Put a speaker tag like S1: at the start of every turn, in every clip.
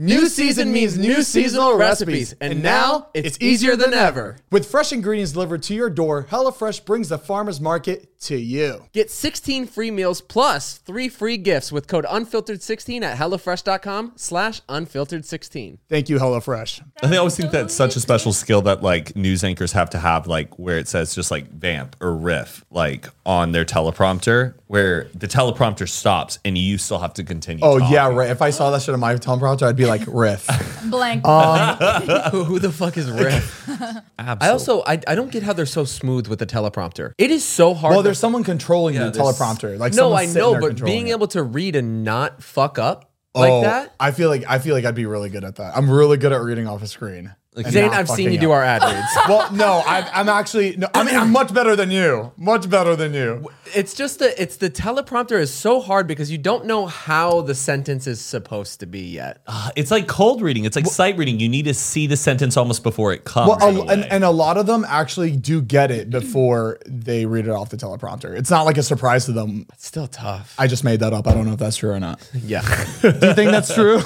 S1: New season means new seasonal recipes, and now it's easier than ever.
S2: With fresh ingredients delivered to your door, HelloFresh brings the farmer's market to you.
S1: Get 16 free meals plus three free gifts with code unfiltered16 at HelloFresh.com slash unfiltered16.
S2: Thank you, HelloFresh.
S3: I think I always think that's such a special skill that like news anchors have to have, like where it says just like vamp or riff, like on their teleprompter, where the teleprompter stops and you still have to continue.
S2: Oh,
S3: talking.
S2: yeah, right. If I saw that shit on my teleprompter, I'd be like, riff.
S4: Blank.
S5: Uh, Who, who the fuck is Riff? I also I, I don't get how they're so smooth with the teleprompter. It is so hard.
S2: well,
S5: to-
S2: there's someone controlling
S5: Yeah,
S2: the
S5: there's-
S2: teleprompter. Like,
S5: no,
S2: someone's
S5: I
S2: sitting
S5: know,
S2: there
S5: but
S2: controlling
S5: being
S2: it.
S5: able to read and not fuck up
S2: Oh,
S5: like that.
S2: I feel like I feel like I'd be really good at that. I'm really good at reading off a screen. and
S5: Zane,
S2: not
S5: I've seen
S2: fucking
S5: you do
S2: up.
S5: our ad reads.
S2: Well, no, I, I'm actually. No, I mean, I'm much better than you. Much better than you.
S5: It's just the it's the teleprompter is so hard because you don't know how the sentence is supposed to be yet.
S3: It's like cold reading. It's like sight reading. You need to see the sentence almost before it comes.
S2: Well,
S3: in a
S2: a, and,
S3: way.
S2: and a lot of them actually do get it before they read it off the teleprompter. It's not like a surprise to them.
S5: It's still tough.
S2: I just made that up. I don't know if that's true or not.
S5: yeah.
S2: Do you think that's true?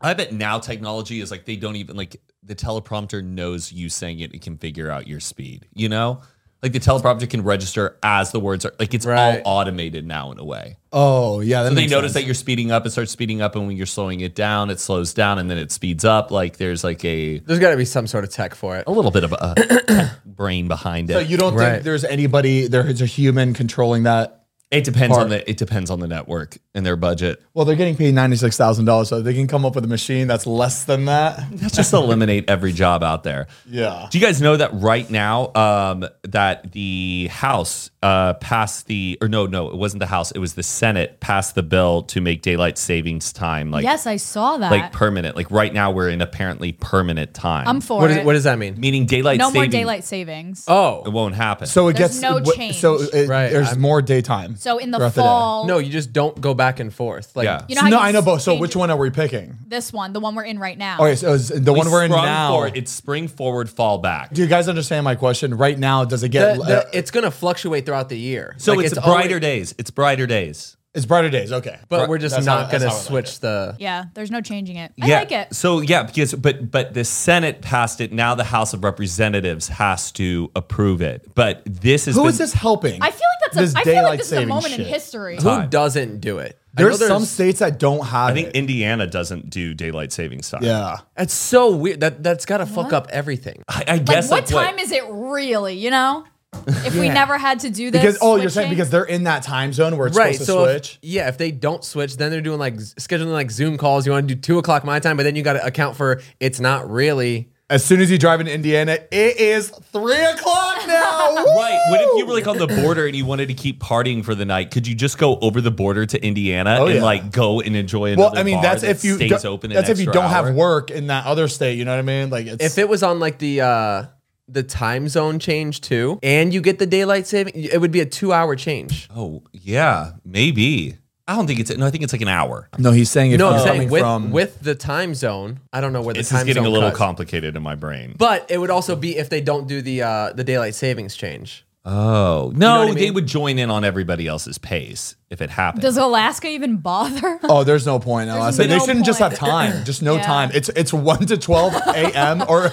S3: I bet now technology is like they don't even like the teleprompter knows you saying it and can figure out your speed. You know, like the teleprompter can register as the words are like it's
S5: Right.
S3: all automated now in a way.
S2: oh yeah. That
S3: So they
S2: makes
S3: notice
S2: sense.
S3: that you're speeding up, it starts speeding up, and when you're slowing it down, it slows down, and then it speeds up. Like there's like a
S5: There's got to be some sort of tech for it.
S3: a little bit of a tech brain behind it.
S2: So you don't
S5: Right.
S2: think there's anybody there's a human controlling that?
S3: it depends
S2: Part.
S3: on the it depends on the network and their budget.
S2: Well, they're getting paid ninety six thousand dollars, so if they can come up with a machine that's less than that.
S3: That's just to eliminate every job out there.
S2: Yeah.
S3: Do you guys know that right now um, that the House uh, passed the or no no it wasn't the House it was the Senate passed the bill to make daylight savings time like
S4: yes, I saw that.
S3: like permanent like right now we're in apparently permanent time
S4: I'm for
S5: What,
S4: it.
S5: is, what does that mean?
S3: meaning daylight
S4: no more
S3: saving-
S4: daylight savings.
S3: it
S5: Oh
S3: won't happen
S2: So it
S4: There's
S2: gets
S4: no
S2: wh-
S4: change.
S2: So it,
S5: Right,
S2: there's
S5: I'm-
S2: more daytime.
S4: so in the
S2: throughout day.
S4: fall,
S5: no, you just don't go back and forth. Like
S3: yeah
S4: you know
S2: So
S4: how
S2: no,
S4: you
S2: I know both. So
S4: change
S2: which one are we picking?
S4: This one, the one we're in right now.
S2: Okay, so it's the one we're in
S3: Sprung
S2: now.
S3: forward- it's spring forward fall back
S2: Do you guys understand my question? Right now, does it
S5: the-
S2: get?
S5: the-
S2: uh,
S5: it's gonna fluctuate throughout the year.
S3: so
S5: Like,
S3: it's, brighter
S5: always-
S3: days it's brighter days
S2: it's brighter days. Okay,
S5: but we're just
S2: That's how-
S5: not
S2: that's
S5: gonna
S2: how I like
S5: switch
S2: it.
S5: the.
S4: Yeah, there's no changing it. I
S3: yeah
S4: like it.
S3: so yeah because but but the Senate passed it now the House of Representatives has to approve it but this is
S2: Who is this helping?
S4: I feel like that's.
S2: This
S4: A, I feel
S2: daylight
S4: like this is a
S2: saving
S4: moment in
S2: shit.
S4: history.
S5: Who doesn't do it? I know
S2: There's, some states that don't have.
S3: I think
S2: it.
S3: Indiana doesn't do daylight savings time.
S2: yeah.
S5: That's so weird. That that's got to fuck up everything.
S3: I, I
S4: Like,
S3: guess
S4: what
S3: that's what-
S4: time is it really? You know, if we never had to do this.
S2: Because oh, you're saying
S4: switching?
S2: because they're in that time zone where it's
S5: Right.
S2: supposed
S5: So
S2: to
S5: if,
S2: switch.
S5: yeah, if they don't switch, then they're doing like z- scheduling like Zoom calls. You want to do two o'clock my time, but then you got to account for it's not really.
S2: as soon as you drive into Indiana, it is three o'clock now. Woo!
S3: Right. What if you were like on the border and you wanted to keep partying for the night? Could you just go over the border to Indiana
S2: Oh,
S3: and
S2: yeah.
S3: like go and enjoy another
S2: Well, I mean,
S3: bar
S2: that's
S3: that
S2: if you
S3: stays
S2: don't-
S3: open. an
S2: that's if you
S3: extra
S2: don't
S3: hour?
S2: have work in that other state. You know what I mean? Like it's
S5: If it was on like the uh the time zone change too, and you get the daylight saving, it would be a two hour change.
S3: Oh yeah, maybe. I don't think it's no. I think it's like an hour.
S2: no, he's saying if
S5: No,
S2: you're
S5: I'm saying
S2: Oh. coming
S5: with
S2: from
S5: with the time zone. I don't know where the
S3: This
S5: time
S3: is getting a
S5: zone
S3: little
S5: cuts.
S3: complicated in my brain.
S5: But it would also be if they don't do the uh the daylight savings change.
S3: oh no,
S5: what I
S3: they
S5: mean?
S3: would join in on everybody else's pace if it happened.
S4: does Alaska even bother?
S2: Oh, there's no point. in Alaska. they
S4: no
S2: shouldn't just
S4: point.
S2: have time. Just no
S4: Yeah.
S2: time. It's it's one to twelve a.m. or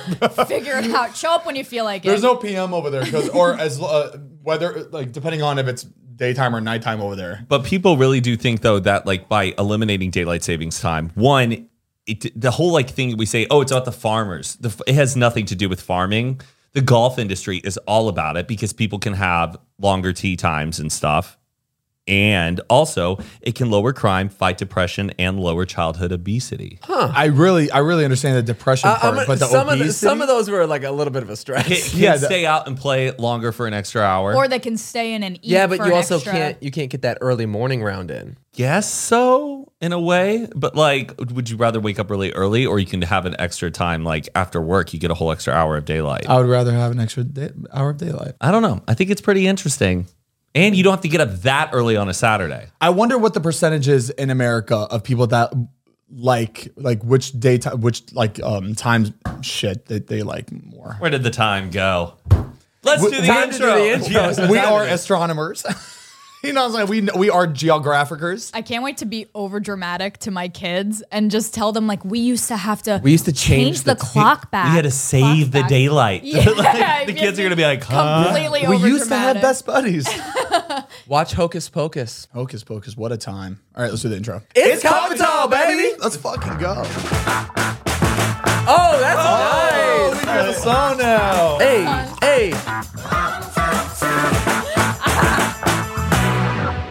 S4: Figure it out. Show up when you feel like it.
S2: there's no p.m. over there because or as uh, whether like depending on if it's daytime or nighttime over there.
S3: But people really do think though that like by eliminating daylight savings time, one, it, the whole like thing we say, oh, it's about the farmers. The, f- it has nothing to do with farming. The golf industry is all about it because people can have longer tee times and stuff. And also, it can lower crime, fight depression, and lower childhood obesity.
S2: I really, I really understand the depression
S5: Uh,
S2: part,
S5: I'm-
S2: but the
S5: some of
S2: obesity.
S5: the, some of those were like a little bit of a stretch.
S3: Ki- Kids
S2: Yeah, the-
S3: stay out and play longer for an extra hour.
S4: Or they can stay in and eat.
S5: yeah, but
S4: for
S5: you
S4: an
S5: also
S4: extra-
S5: can't you can't get that early morning round in.
S3: guess so in a way, but like, would you rather wake up really early, or you can have an extra time like after work? You get a whole extra hour of daylight.
S2: I would rather have an extra day, hour of daylight.
S3: I don't know. I think it's pretty interesting, and you don't have to get up that early on a Saturday.
S2: I wonder what the percentage is in America of people that like like which daytime which like um times shit that they like more.
S3: Where did the time go? Let's do the
S5: time to do
S3: intro.
S5: the intro.
S3: Yeah.
S5: So
S2: We
S5: time
S2: are
S5: it is.
S2: astronomers. you know what I'm saying? We kn- we are geographers.
S4: I can't wait to be over dramatic to my kids and just tell them like we used to have to.
S5: We used to change
S4: the,
S5: the-
S4: clock back.
S3: We had to save
S4: Clock
S3: the
S4: back.
S3: daylight.
S4: Yeah,
S3: Like, the kids are gonna be like, huh?
S4: completely.
S2: we used to have
S4: overdramatic.
S2: best buddies.
S5: Watch Hocus Pocus.
S2: Hocus pocus, what a time. All right, let's do the intro.
S5: It's, Comitol, baby.
S2: Let's fucking go.
S5: Oh, that's nice.
S2: we hear the song now.
S5: Hey, hey.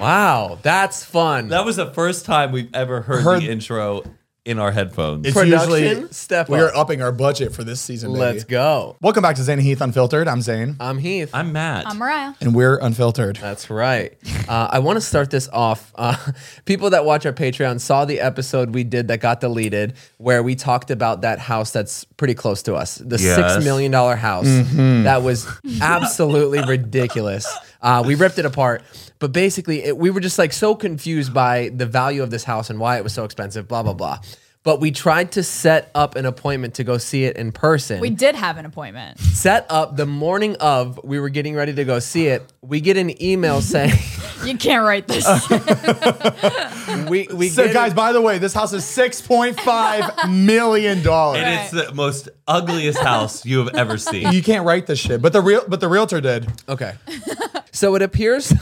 S5: wow, that's fun.
S3: That was the first time we've ever heard,
S2: Heard-
S3: the intro in our headphones.
S2: It's
S5: Production
S2: usually
S5: step
S2: We are
S5: up.
S2: upping our budget for this season. baby. Uh,
S5: Let's go.
S2: Welcome back to Zane and Heath Unfiltered. I'm Zane,
S5: I'm Heath.
S3: I'm Matt.
S4: I'm Uh, Mariah.
S2: and we're unfiltered.
S5: That's right. Uh, I want to start this off. Uh, people that watch our Patreon saw the episode we did that got deleted, where we talked about that house that's pretty close to us, the
S3: Yes.
S5: six million dollar house that was absolutely ridiculous. Uh, we ripped it apart, but basically, it, we were just like so confused by the value of this house and why it was so expensive. Blah blah blah. But we tried to set up an appointment to go see it in person
S4: We did have an appointment.
S5: set up the morning of we were getting ready to go see it we get an email saying
S4: You can't write this.
S5: we we
S2: So,
S5: get
S2: guys, by the way, this house is six point five million
S3: and
S2: dollars.
S3: it's the most ugliest house you have ever seen.
S2: You can't write this shit, but the real, but the realtor did.
S5: okay so it appears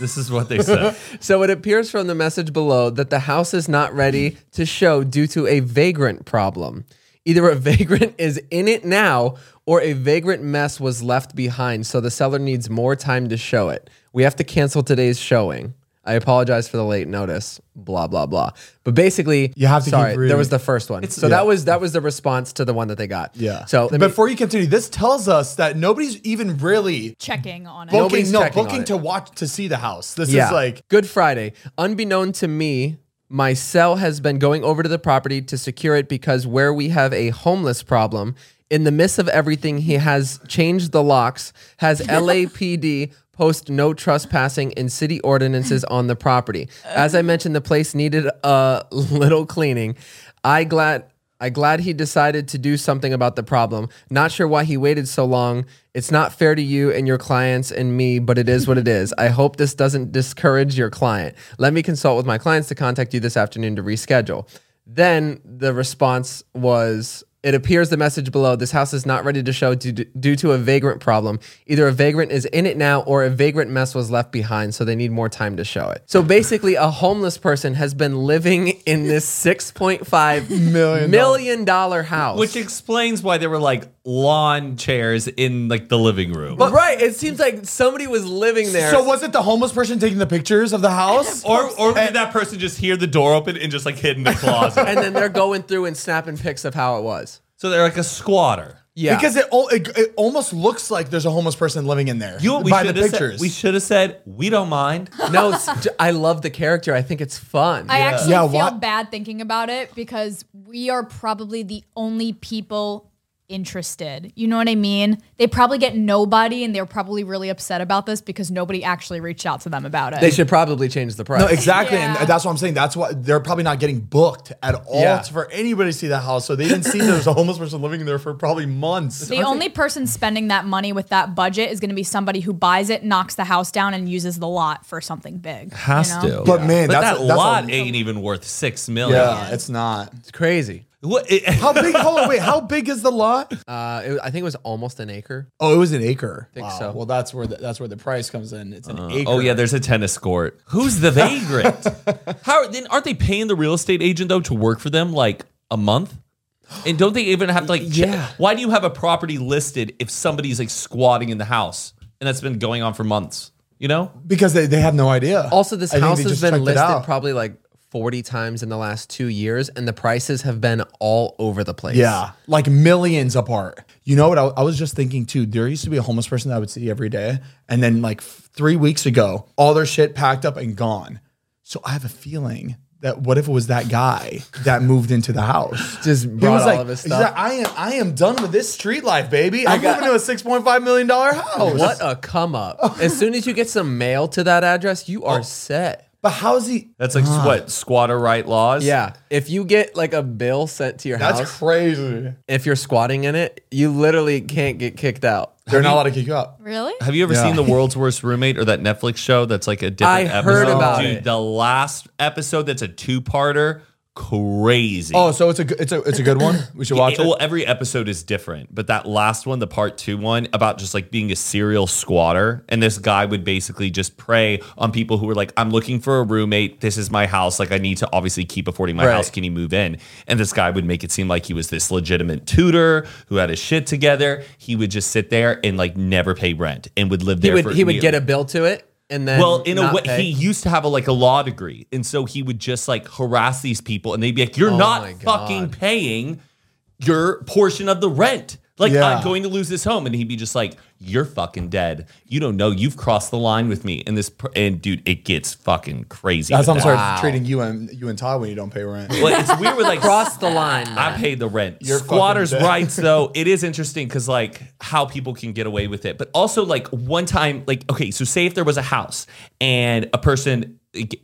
S3: this is what they said.
S5: so it appears from the message below that the house is not ready to show due to a vagrant problem either a vagrant is in it now or a vagrant mess was left behind so the seller needs more time to show it we have to cancel today's showing I apologize for the late notice. Blah blah blah. But basically,
S2: You have to keep
S5: Sorry, there
S2: reading.
S5: was the first one. so that was that was the response to the one that they got.
S2: Yeah.
S5: So let me-
S2: before you continue, this tells us that nobody's even really
S4: Checking on it.
S2: booking.
S5: Nobody's
S2: No,
S5: checking on
S2: booking
S5: it.
S2: to watch to see the house. This
S5: yeah,
S2: is like
S5: Good Friday. Unbeknown to me, my cell has been going over to the property to secure it because where we have a homeless problem, in the midst of everything, he has changed the locks, has LAPD post no trespassing and city ordinances on the property. As I mentioned, the place needed a little cleaning. I glad I glad he decided to do something about the problem. Not sure why he waited so long. It's not fair to you and your clients and me, but it is what it is. I hope this doesn't discourage your client. Let me consult with my clients to contact you this afternoon to reschedule. Then the response was it appears the message below this house is not ready to show due to, due to a vagrant problem. Either a vagrant is in it now or a vagrant mess was left behind, so they need more time to show it. So basically, a homeless person has been living in this $6.5 million, million dollar house.
S3: Which explains why there were like lawn chairs in like the living room.
S5: but right, it seems like somebody was living there.
S2: So was it the homeless person taking the pictures of the house?
S3: or or did that person just hear the door open and just like hid in the closet?
S5: and then they're going through and snapping pics of how it was.
S3: so they're like a squatter.
S5: Yeah.
S2: Because it, al- it it almost looks like there's a homeless person living in there
S3: You know what we
S2: by the
S3: should have
S2: pictures.
S3: said? We should have said we don't mind.
S5: no, it's, I love the character. I think it's fun.
S4: I actually
S2: Yeah,
S4: feel
S2: why-
S4: bad thinking about it because we are probably the only people interested. You know what I mean? They probably get nobody and they're probably really upset about this because nobody actually reached out to them about it.
S5: they should probably change the price.
S2: no, exactly,
S4: Yeah.
S2: and that's what I'm saying. That's why they're probably not getting booked at all
S5: Yeah.
S2: for anybody to see the house. So they didn't see there was a homeless person living there for probably months.
S4: the only person spending that money with that budget is going to be somebody who buys it, knocks the house down, and uses the lot for something big.
S3: Has to.
S2: But man,
S3: but
S2: that's- that's
S3: that
S2: a-
S3: lot ain't even worth six million.
S2: Yeah, it's not.
S5: It's crazy.
S3: What, it-
S2: How big? Hold on, wait. How big is the lot?
S5: Uh, it, I think it was almost an acre.
S2: Oh, it was an acre.
S5: Think so. Uh,
S2: Well, that's where the, that's where the price comes in. It's an acre.
S3: oh yeah, there's a tennis court. Who's the vagrant? How then aren't they paying the real estate agent though to work for them like a month? And don't they even have to like? che-
S5: Yeah.
S3: Why do you have a property listed if somebody's like squatting in the house and that's been going on for months? You know,
S2: because they, they have no idea.
S5: Also, this
S2: I think
S5: house
S2: they
S5: has
S2: just
S5: been
S2: checked it
S5: listed
S2: out.
S5: probably like 40 times in the last two years, and the prices have been all over the place.
S2: Yeah, like millions apart. You know what? I, I was just thinking too. There used to be a homeless person that I would see every day, and then like f- three weeks ago, all their shit packed up and gone. So I have a feeling that what if it was that guy that moved into the house?
S5: Just
S2: He
S5: brought
S2: was
S5: all
S2: like-
S5: of his
S2: he's
S5: stuff.
S2: like, I am, I am done with this street life, baby. I'm moving to a six point five million dollar house.
S5: What a come up. As soon as you get some mail to that address, you
S2: Oh.
S5: are set.
S2: But how's he?
S3: that's like what squatter right laws.
S5: Ah. Yeah. If you get like a bill sent to your
S2: That's
S5: house,
S2: crazy.
S5: if you're squatting in it, you literally can't get kicked out.
S2: They're not allowed to kick you out.
S4: Really?
S3: Have you ever
S2: Yeah.
S3: seen the world's worst roommate or that Netflix show that's like a different
S5: I
S3: episode?
S5: heard about
S3: Dude,
S5: it.
S3: The last episode that's a two-parter, crazy.
S2: Oh, so it's a g- it's a it's a good one. We should watch
S3: Yeah, Well,
S2: it.
S3: every episode is different, but that last one, the part two one, about just like being a serial squatter, and this guy would basically just prey on people who were like, "I'm looking for a roommate. This is my house. Like, I need to obviously keep affording my
S5: Right.
S3: house. Can you move in?" And this guy would make it seem like he was this legitimate tutor who had his shit together. He would just sit there and like never pay rent and would live
S5: He
S3: there.
S5: would
S3: for
S5: he would
S3: years
S5: get a bill to it and then
S3: well in a
S5: not
S3: way
S5: pay.
S3: he used to have a like a law degree and so he would just like harass these people and they'd be like you're
S5: Oh my
S3: not
S5: God.
S3: fucking paying your portion of the rent like
S2: Yeah.
S3: i'm going to lose this home and he'd be just like you're fucking dead you don't know you've crossed the line with me and this pr- and dude it gets fucking crazy
S2: That's how
S3: with
S2: I'm
S3: that.
S2: sorry for treating you and you and Todd when you don't pay rent.
S3: But it's weird with like
S5: cross the line.
S3: I
S5: man.
S3: paid the rent.
S2: You're fucking
S3: Squatters'
S2: dead.
S3: rights, though, it is interesting because like how people can get away with it, but also like one time, like okay, so say if there was a house and a person, like,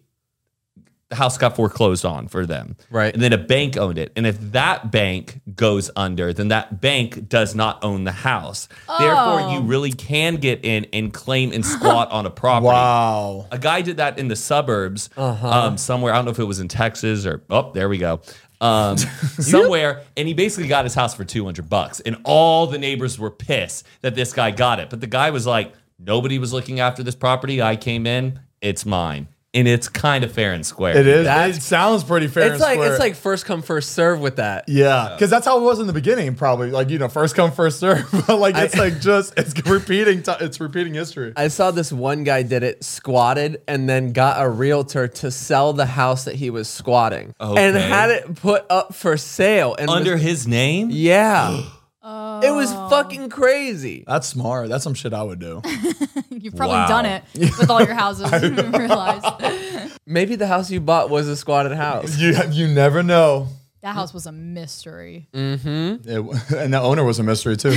S3: the house got foreclosed on for them,
S5: Right.
S3: And then a bank owned it, and if that bank goes under, then that bank does not own the house. Therefore,
S5: Oh.
S3: you really can get in and claim and squat on a property.
S2: Wow.
S3: A guy did that in the suburbs, um, somewhere. I don't know if it was in Texas or oh, there we go, um, somewhere. And he basically got his house for two hundred bucks, and all the neighbors were pissed that this guy got it. But the guy was like, nobody was looking after this property. I came in, it's mine, and it's kind of fair and square.
S2: It is. it sounds pretty fair.
S5: It's
S2: and
S5: like it's
S2: square.
S5: like first come first serve with that.
S2: Yeah, because that's how it was in the beginning, probably. Like you know, first come, first serve. But like it's like just it's repeating. T- it's repeating history.
S5: I saw this one guy did it, squatted, and then got a realtor to sell the house that he was squatting, and
S3: Okay.
S5: had it put up for sale. And was-
S3: Under his name,
S5: yeah, it was fucking crazy.
S2: That's smart. That's some shit I would do.
S4: You've probably
S3: Wow.
S4: done it with all your houses. you didn't realize that
S5: Maybe the house you bought was a squatted house.
S2: you you never know.
S4: house was a mystery.
S2: It, and the owner was a mystery too.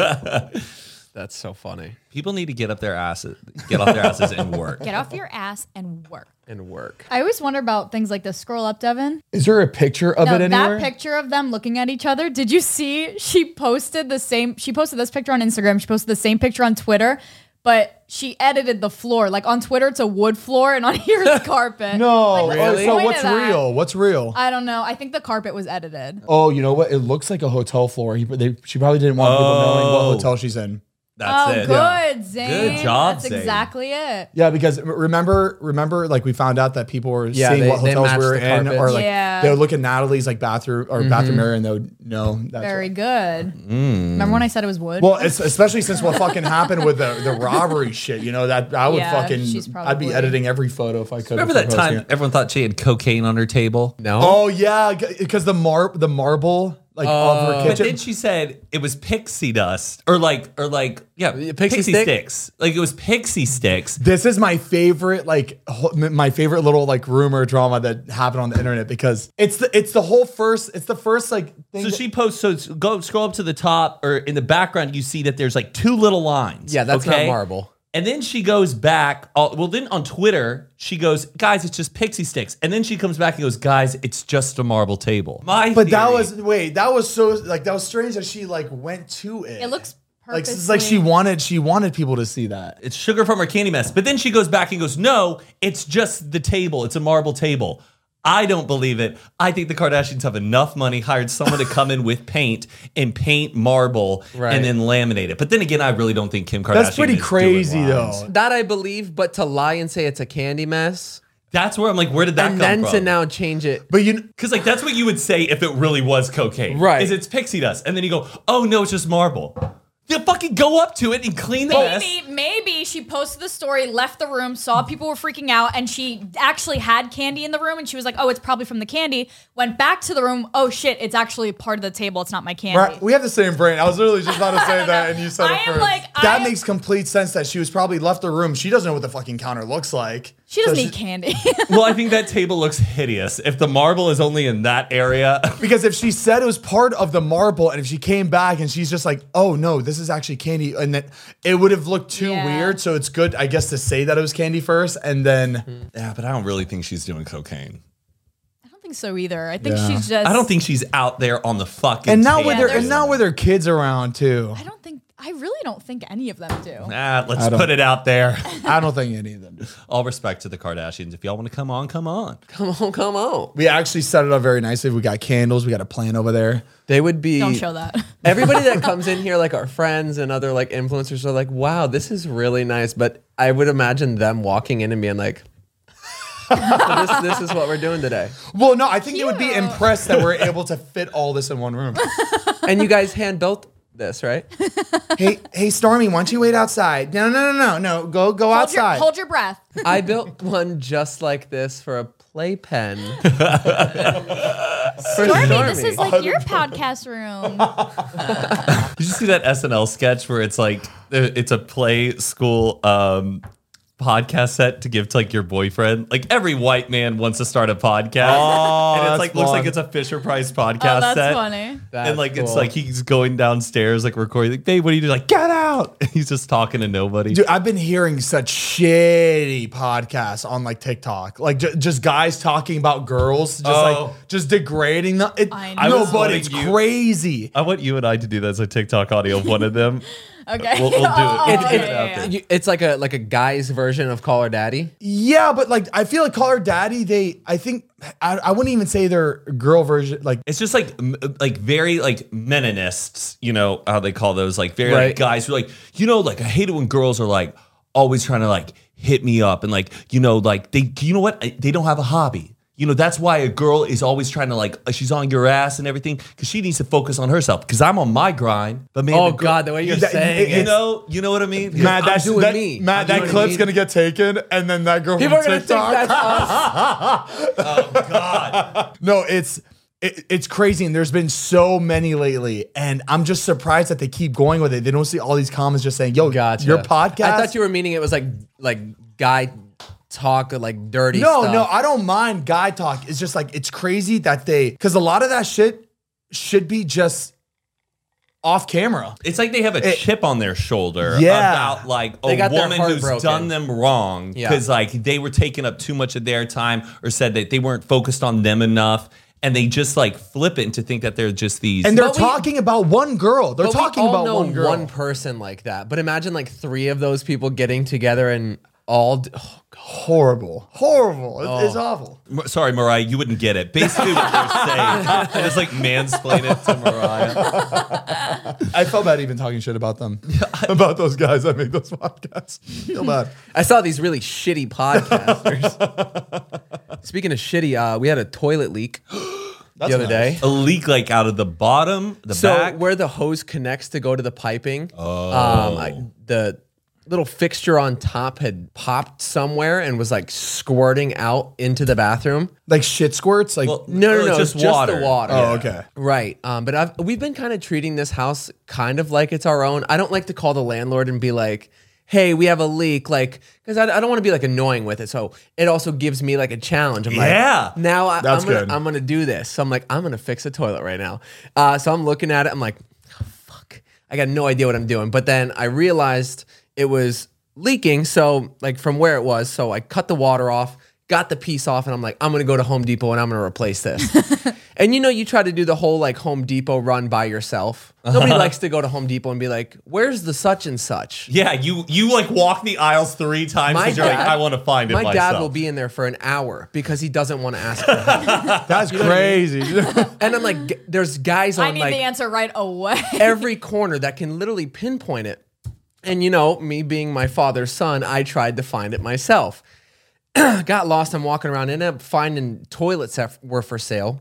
S5: That's so funny.
S3: people need to get up their asses, get off their asses and work.
S4: Get off your ass and work.
S5: And work.
S4: I always wonder about things like this. Scroll up, Devin.
S2: Is there a picture of
S4: Now
S2: it anywhere?
S4: that picture of them looking at each other. Did you see? She posted the same. She posted this picture on Instagram. She posted the same picture on Twitter, but she edited the floor. Like on Twitter, it's a wood floor, and on here it's carpet.
S2: no.
S4: Like, what's
S2: Oh,
S4: the
S2: So
S4: point
S2: what's
S4: of that?
S2: real? What's real?
S4: I don't know. I think the carpet was edited.
S2: oh, you know what? It looks like a hotel floor. He, they, she probably didn't want people knowing
S3: Oh.
S2: what hotel she's in.
S3: That's
S4: oh,
S3: it.
S4: good, Zane.
S3: Good job,
S4: That's
S3: Zane.
S4: exactly it.
S2: Yeah, because remember, remember, like we found out that people were
S5: Yeah,
S2: seeing
S5: they-
S2: what
S5: they
S2: hotels we
S5: matched
S2: were
S5: the
S2: in,
S5: carpets. Mm-hmm.
S2: or like
S4: Yeah.
S2: they would look at Natalie's like bathroom or bathroom mirror, and they would know. That's
S4: Very good. Remember when I said it was wood?
S2: Well, it's, especially since what fucking happened with the, the robbery shit, you know that I would
S4: Yeah,
S2: fucking
S4: she's
S2: I'd be
S4: probably-
S2: editing every photo if I could.
S3: Remember
S2: if
S3: that
S2: I posted
S3: time
S2: it.
S3: everyone thought she had cocaine on her table?
S5: No.
S2: Oh yeah, because the mar the marble like
S5: Oh.
S2: of her
S3: But then
S2: kitchen.
S3: she said it was pixie dust, or like, or like, yeah,
S5: Pixie
S3: pixie,
S5: stick?
S3: sticks. Like it was pixie sticks.
S2: This is my favorite like ho- m- my favorite little like rumor drama that happened on the internet because it's the it's the whole first it's the first like thing.
S3: So
S2: that-
S3: she posts. So s- go scroll up to the top, or in the background, you see that there's like two little lines.
S5: yeah, that's not marble.
S3: And then she goes back. uh, well, then on Twitter, she goes, "Guys, it's just pixie sticks." And then she comes back and goes, "Guys, it's just a marble table." My,
S2: but that
S3: theory-
S2: was wait that was so like that was strange that she like went to it.
S4: it looks
S2: like
S4: purposely.
S2: it's like she wanted she wanted people to see that.
S3: it's sugar from her candy mess. But then she goes back and goes, "No, it's just the table. It's a marble table." I don't believe it. I think the Kardashians have enough money, hired someone to come in with paint and paint marble
S5: Right.
S3: and then laminate it. But then again, I really don't think Kim Kardashian.
S2: That's pretty
S3: is doing
S2: crazy
S3: lines.
S2: though.
S5: That I believe, but to lie and say it's a candy mess,
S3: That's where I'm like, where did that
S5: and
S3: come
S5: then
S3: from?
S5: to now change it.
S2: But you kn-
S3: Because like that's what you would say if it really was cocaine,
S5: Right.
S3: Is it's pixie dust, and then you go, oh no, it's just marble. They'll fucking go up to it and clean the mess.
S4: Maybe, maybe she posted the story, left the room, saw people were freaking out, and she actually had candy in the room, and she was like, "Oh, it's probably from the candy." Went back to the room. Oh shit, it's actually part of the table. It's not my candy.
S2: Right, we have the same brain. I was literally just about to say that, and you said
S4: I
S2: it
S4: am
S2: first.
S4: like- I
S2: that
S4: am-
S2: makes complete sense. That she was probably left the room. She doesn't know what the fucking counter looks like.
S4: She doesn't
S2: So
S4: need candy.
S3: well, I think that table looks hideous. If the marble is only in that area,
S2: Because if she said it was part of the marble, and if she came back and she's just like, "Oh no, this is actually candy," and that it would have looked too
S4: Yeah.
S2: weird. So it's good, I guess, to say that it was candy first, and then
S3: yeah, but I don't really think she's doing cocaine.
S4: I don't think so either. I think she's just.
S3: I don't think she's out there on the fucking.
S2: and now
S3: table.
S2: with
S4: Yeah,
S2: their and
S4: there's-
S2: now with their kids around too.
S4: I don't think. I really don't think any of them do.
S3: Ah, let's put it out there.
S2: I don't think any of them. do.
S3: All respect to the Kardashians. If y'all want to come on, come on.
S5: Come on, come on.
S2: We actually set it up very nicely. We got candles. We got a plant over there.
S5: They would be.
S4: Don't show that.
S5: Everybody that comes in here, like our friends and other like influencers, are like, "Wow, this is really nice." But I would imagine them walking in and being like, this, "This is what we're doing today."
S2: Well, no, I think they would be impressed that we're able to fit all this in one room.
S5: And you guys hand built this, right?
S2: hey, hey, Stormy, why don't you wait outside? No, no, no, no, no. Go, go
S4: Hold your,
S2: outside.
S4: hold your breath.
S5: I built one just like this for a playpen. for
S4: Stormy, this is
S5: Stormy.
S4: like your podcast room. Oh,
S3: Did you see that SNL sketch where it's like uh, it's a play school um, podcast set to give to like your boyfriend? Like every white man wants to start a podcast, and it's
S2: Oh, that's
S3: like looks like
S2: fun.
S3: it's a Fisher Price podcast
S4: oh, that's
S3: set.
S4: funny.
S5: That's
S3: and like it's
S5: cool.
S3: like he's going downstairs, like recording, like, babe, what are you doing? Like, get out! He's just talking to nobody.
S2: Dude, I've been hearing such shitty podcasts on like TikTok, like ju- just guys talking about girls, just
S3: Oh.
S2: like just degrading the. It,
S4: I
S2: I
S4: know.
S2: no, but it's
S3: I was wanting you-
S2: crazy.
S3: I want you and I to do that as a TikTok audio of one of them.
S4: Okay.
S3: We'll- we'll do it.
S4: Oh,
S3: It's-
S4: yeah,
S3: it's-
S4: yeah, yeah.
S5: You- it's like a like a guy's version of Call Her Daddy.
S2: Yeah, but like I feel like Call Her Daddy. They, I think, I, I wouldn't even say they're girl version. Like
S3: It's just like m- like very like meninists, you know how they call those like very
S5: Right.
S3: like guys who are like you know like I hate it when girls are like always trying to like hit me up and like you know like they you know what they don't have a hobby. You know that's why a girl is always trying to like uh, she's on your ass and everything because she needs to focus on herself. Because I'm on my grind, but man,
S5: Oh
S3: the girl-
S5: God, the way you're
S2: That-
S5: saying
S3: you
S5: it.
S3: know, you know what I mean.
S5: Matt, I'm that's- doing
S2: that,
S5: me.
S2: Matt,
S5: I'm
S2: that
S5: doing
S2: clip's
S5: me.
S2: gonna get taken, and then that girl
S5: People are
S2: from
S5: gonna think
S2: TikTok.
S5: that's us.
S3: God,
S2: No, it's it, it's crazy, and there's been so many lately, and I'm just surprised that they keep going with it. They don't see all these comments just saying, "Yo,
S5: Gotcha.
S2: your podcast."
S5: I thought you were meaning it was like like guy talk, like dirty.
S2: no,
S5: stuff.
S2: no, I don't mind guy talk. It's just like it's crazy that they because a lot of that shit should be just off camera.
S3: It's like they have a
S2: It-
S3: chip on their shoulder
S2: Yeah.
S3: about like
S5: They
S3: a
S5: got their
S3: woman
S5: heart
S3: who's
S5: broken.
S3: done them wrong
S5: Yeah.
S3: because like they were taking up too much of their time or said that they weren't focused on them enough, and they just like flip it into think that they're just these.
S2: And they're
S5: But we-
S2: talking about one girl. They're
S5: But we
S2: talking
S5: all
S2: about
S5: know
S2: one girl.
S5: person like that. But imagine like three of those people getting together and all. d- oh, God.
S2: horrible, horrible. It's- It's
S5: Oh.
S2: awful.
S3: M- sorry, Mariah, you wouldn't get it. Basically, what they're saying, I just like mansplain it to Mariah.
S2: I felt bad even talking shit about them, about those guys that make those podcasts. Feel bad.
S5: I saw these really shitty podcasters. Speaking of shitty, uh, we had a toilet leak the other day.
S3: A leak like out of the bottom, the
S5: So
S3: back.
S5: where the hose connects to go to the piping, um, I, the little fixture on top had popped somewhere and was like squirting out into the bathroom.
S2: Like shit squirts. Like
S5: No, no, no, just,
S3: water.
S5: the water.
S2: Oh, okay.
S5: Right. Um, but I've, we've been kind of treating this house kind of like it's our own. I don't like to call the landlord and be like, hey, we have a leak. Like, because I, I don't want to be like annoying with it. So it also gives me like a challenge. I'm
S3: Yeah.
S5: like, now I,
S2: That's
S5: I'm going
S2: good.
S5: to I'm gonna do this. So I'm like, I'm going to fix a toilet right now. Uh, so I'm looking at it. I'm like, oh, fuck. I got no idea what I'm doing. But then I realized it was leaking. So, like, from where it was. So I cut the water off, got the piece off, and I'm like, I'm going to go to Home Depot and I'm going to replace this. and you know, you try to do the whole like Home Depot run by yourself. Nobody
S3: Uh-huh.
S5: likes to go to Home Depot and be like, where's the such and such?
S3: yeah, you you like walk the aisles three times because you're like, I want to find it
S5: My
S3: myself.
S5: dad will be in there for an hour because he doesn't want to ask for help.
S2: That's crazy.
S5: and I'm like, "G- there's guys on
S4: Mm. I need
S5: like
S4: the answer right away.
S5: every corner that can literally pinpoint it. And you know, me being my father's son, I tried to find it myself. Got lost. I'm walking around, ended up finding toilets that were for sale.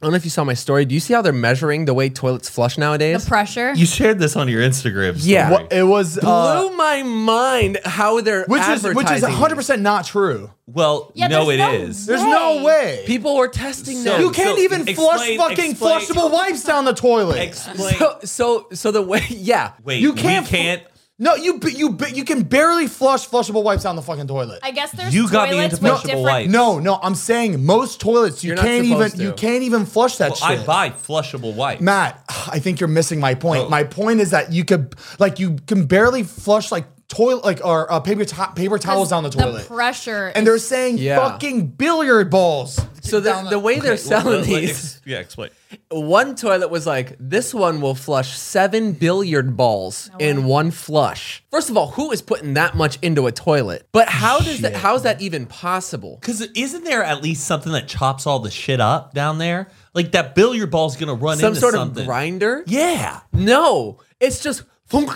S5: I don't know if you saw my story. Do you see how they're measuring the way toilets flush
S4: The
S5: nowadays?
S4: pressure.
S3: You shared this on your Instagram. Story.
S5: Yeah.
S2: What, it was uh,
S5: Blew my mind how they're
S2: which is which is
S5: advertising
S2: 100
S5: this.
S2: percent not true.
S3: Well,
S4: Yeah,
S3: no, it
S4: there's
S3: is.
S4: no
S2: There's no
S4: Hey.
S2: way.
S5: People were testing
S3: So-
S5: them.
S2: you can't
S3: so
S2: even flush
S3: explain-
S2: fucking
S3: explain-
S2: flushable wipes down the toilet.
S3: Explain.
S5: so, so so the way yeah.
S3: Wait,
S2: you
S3: we
S2: can't fl-
S3: can't
S2: no, you ba- you ba- you can barely flush flushable wipes down the fucking toilet.
S4: I guess there's
S3: You got me
S4: toilets
S3: into
S4: with
S3: flushable
S4: different-
S3: wipes.
S2: no, no, I'm saying most toilets you
S5: You're not
S2: can't even
S5: supposed
S2: you
S5: to.
S2: can't even flush that
S3: Well,
S2: shit.
S3: I buy flushable wipes.
S2: Matt, I think you're missing my point.
S3: Oh.
S2: My point is that you could like you can barely flush like toilet like or uh, paper to- paper towels down the toilet.
S4: pressure.
S2: and they're saying
S5: Yeah.
S2: fucking billiard balls.
S5: So the, the way they're selling
S3: Well,
S5: these
S3: ex- yeah, explain.
S5: one toilet was like, this one will flush seven billiard balls in one flush. First of all, who is putting that much into a toilet? But how does that? How is that even possible?
S3: Because isn't there at least something that chops all the shit up down there? Like that billiard ball's gonna run
S5: Some
S3: into
S5: sort
S3: something.
S5: of grinder?
S3: Yeah.
S5: No, it's just thunk,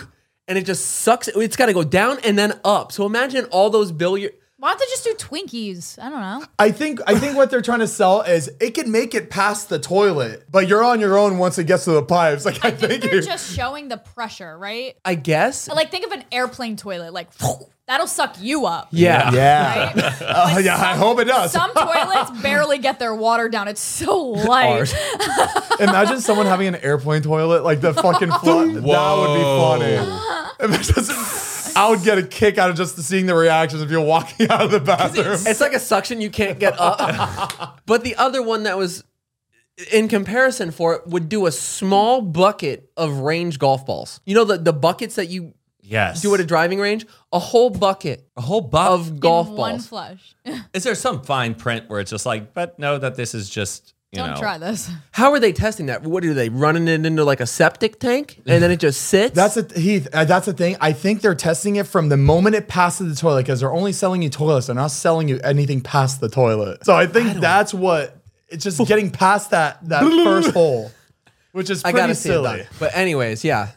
S5: and it just sucks. It's got to go down and then up. So imagine all those billiard.
S4: Why don't they just do Twinkies? I don't know.
S2: I think I think what they're trying to sell is it can make it past the toilet, but you're on your own once it gets to the pipes. Like I,
S4: I think
S2: think
S4: they're
S2: you.
S4: just showing the pressure, right?
S5: I guess.
S4: Like think of an airplane toilet, like that'll suck you up.
S5: yeah.
S2: yeah.
S4: Right?
S2: Oh yeah, I hope it does.
S4: Some toilets barely get their water down. It's so light.
S5: Ours.
S2: Imagine someone having an airplane toilet, like the fucking floor. that would be
S3: Whoa.
S2: funny. If it doesn't- I would get a kick out of just seeing the reactions of you walking out of the bathroom.
S5: It's like a suction you can't get up. but the other one that was in comparison for it would do a small bucket of range golf balls. You know the, the buckets that you
S3: Yes.
S5: do at a driving range? A whole bucket
S3: a whole box.
S5: of golf
S4: In One
S5: balls.
S4: flush.
S3: is there some fine print where it's just like, but no, that this is just you
S4: Don't
S3: know.
S4: try this.
S5: How are they testing that? What are they running it into like a septic tank and then it just sits?
S2: That's a Heath. uh, that's the thing. I think they're testing it from the moment it passes the toilet because they're only selling you toilets. They're not selling you anything past the toilet. So I think that's what it's just getting past that that first hole, which is
S5: I
S2: pretty
S5: gotta see it
S2: silly.
S5: done. But anyways, yeah,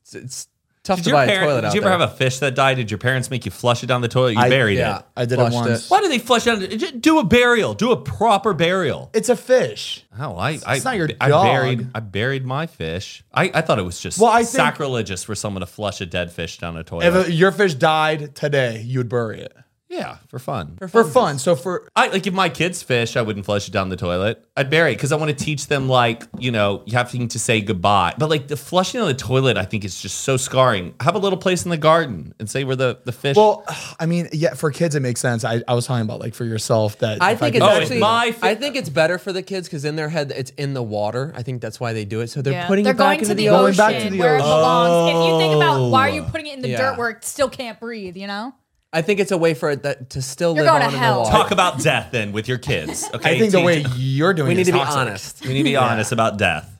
S5: it's, it's tough
S3: Did
S5: to
S3: your
S5: buy
S3: parent-
S5: a toilet
S3: Did
S5: out
S3: you ever
S5: there.
S3: have a fish that died? Did your parents make you flush it down the toilet? You buried
S5: yeah,
S3: it.
S2: I did
S5: Flushed
S2: it once.
S5: it.
S3: Why do they flush it? Down? the- Do a burial. Do a proper burial.
S2: It's a fish.
S5: Uh-huh.
S3: Oh, I, I,
S2: not your
S3: I
S2: dog.
S3: buried, I buried my fish. I, I thought it was just
S2: Well, I think-
S3: sacrilegious for someone to flush a dead fish down a toilet.
S2: If uh, your fish died today, you would bury it
S3: yeah, for fun.
S5: Oh,
S2: for fun. So for
S3: I like if my kids fish, I wouldn't flush it down the toilet. I'd bury it because I want to teach them like you know you having to say goodbye. But like the flushing on the toilet, I think is just so scarring. Have a little place in the garden and say where the the fish.
S2: well, I mean, yeah, for kids it makes sense. I, I was talking about like for yourself that
S5: I
S2: if
S5: think
S2: could
S5: it's
S3: Oh,
S2: bury
S3: it's
S5: actually.
S3: my fi-
S5: I think it's better for the kids because in their head it's in the water. I think that's why they do it. So they're
S4: Yeah.
S5: putting
S4: They're
S5: it back
S4: going
S5: into
S4: to
S5: the
S4: the,
S5: ocean.
S2: Going back to the
S4: where it
S2: ocean.
S4: belongs. If you think about why are you
S3: Oh.
S4: putting it in the
S5: Yeah.
S4: dirt where it still can't breathe, you know?
S5: I think it's a way for it that, to still
S4: You're
S5: live
S4: going
S5: on
S4: to hell.
S5: in the water.
S3: talk about death then with your kids. Okay,
S2: I think the
S3: Teach-
S2: way you're doing
S5: We
S2: it
S5: need
S2: is
S5: to be
S2: toxic.
S5: honest.
S3: we need to be honest about death.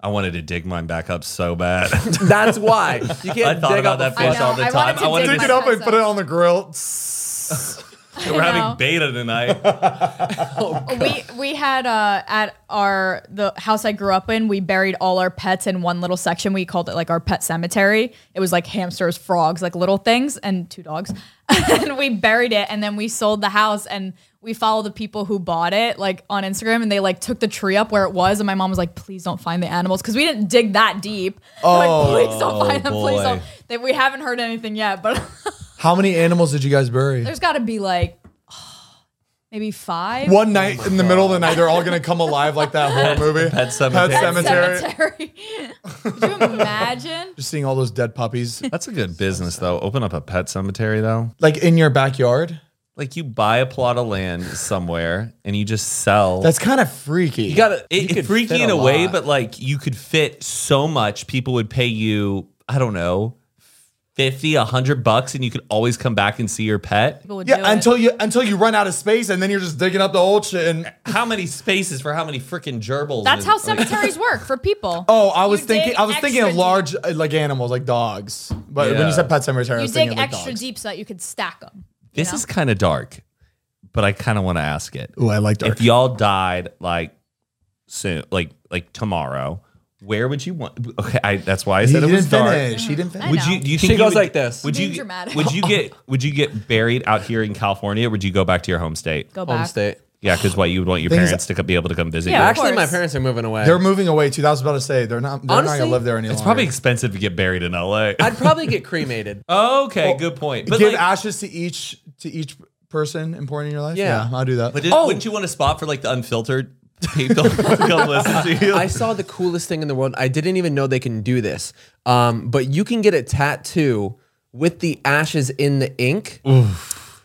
S3: I wanted to dig mine back up so bad.
S5: That's why you
S3: I
S5: can't
S3: thought
S5: dig
S3: about
S5: out the
S3: that
S5: flush.
S3: fish
S4: know.
S3: all the
S4: I
S3: time.
S4: wanted to dig
S2: Take
S4: my
S2: it up and
S4: friends
S2: put it
S4: up.
S2: on the grill.
S3: We're
S4: know.
S3: having beta tonight.
S4: we we had uh at our the house I grew up in, we buried all our pets in one little section. We called it like our pet cemetery. It was like hamsters, frogs, like little things, and two dogs. and we buried it, and then we sold the house, and we followed the people who bought it like on Instagram, and they like took the tree up where it was, and my mom was like, "Please don't find the animals," because we didn't dig that deep. Oh, like, please don't find them. Please
S3: boy.
S4: don't. They, we haven't heard anything yet, but
S2: How many animals did you guys bury?
S4: there's got to be like maybe five.
S2: One night in the middle of the night, they're all gonna come alive like that horror movie.
S3: Pet Sematary.
S2: Pet Cemetery.
S4: cemetery. Could you imagine?
S2: Just seeing all those dead puppies,
S3: That's a good business though. Open up a pet cemetery though.
S2: like in your backyard.
S3: Like you buy a plot of land somewhere and you just sell.
S2: That's kind of freaky.
S5: You gotta. you
S3: it,
S5: could
S3: it's freaky
S5: fit
S3: in a,
S5: a
S3: way,
S5: lot.
S3: but like you could fit so much. People would pay you, I don't know, 50, 100 bucks, and you could always come back and see your pet.
S4: People would
S2: yeah,
S4: do it.
S2: until you until you run out of space, and then you're just digging up the old shit. And
S3: How many spaces for how many freaking gerbils?
S4: That's
S3: is-
S4: how
S3: I mean,
S4: cemeteries work for people.
S2: oh, I was
S4: You dig
S2: thinking, I was thinking of
S4: extra
S2: large uh, like animals, like dogs. But when
S3: Yeah.
S2: you said pet cemetery, I
S4: Deep. You
S2: was thinking
S4: dig
S2: of, like,
S4: extra
S2: dogs.
S4: deep so that you could stack them.
S3: this is kind of dark, but I kind of want to ask it.
S2: Ooh, I like dark.
S3: If y'all died like soon, like like tomorrow, where would you want? Okay, I, that's why I
S2: he
S3: said it
S2: didn't
S3: was dark.
S2: finish. He didn't finish.
S4: I
S3: Would
S4: know.
S3: you? Do you
S5: She
S3: think you
S5: goes
S3: would-
S5: like this.
S3: Would
S4: Being
S3: you?
S4: dramatic.
S3: Would you get? Would you get buried out here in California? Or would you go back to your home state?
S4: Go
S5: home
S4: back.
S5: state.
S3: Yeah, because what you would want your
S2: Things-
S3: parents to co- be able to come visit.
S4: Yeah,
S3: you.
S4: of
S5: Actually, my
S4: course.
S5: parents are moving away.
S2: They're moving away too. That was about to say they're not. They're not
S5: Honestly,
S2: gonna live there any
S3: It's
S2: longer.
S3: probably expensive to get buried in LA.
S5: I'd probably get cremated.
S3: okay, good point. But
S2: give
S3: like,
S2: ashes to each to each person important in your life.
S5: Yeah.
S2: I'll do that.
S3: but did,
S5: Oh.
S3: wouldn't you want a spot for like the unfiltered people to come listen to you?
S5: I saw the coolest thing in the world. I didn't even know they can do this. Um, but you can get a tattoo with the ashes in the ink,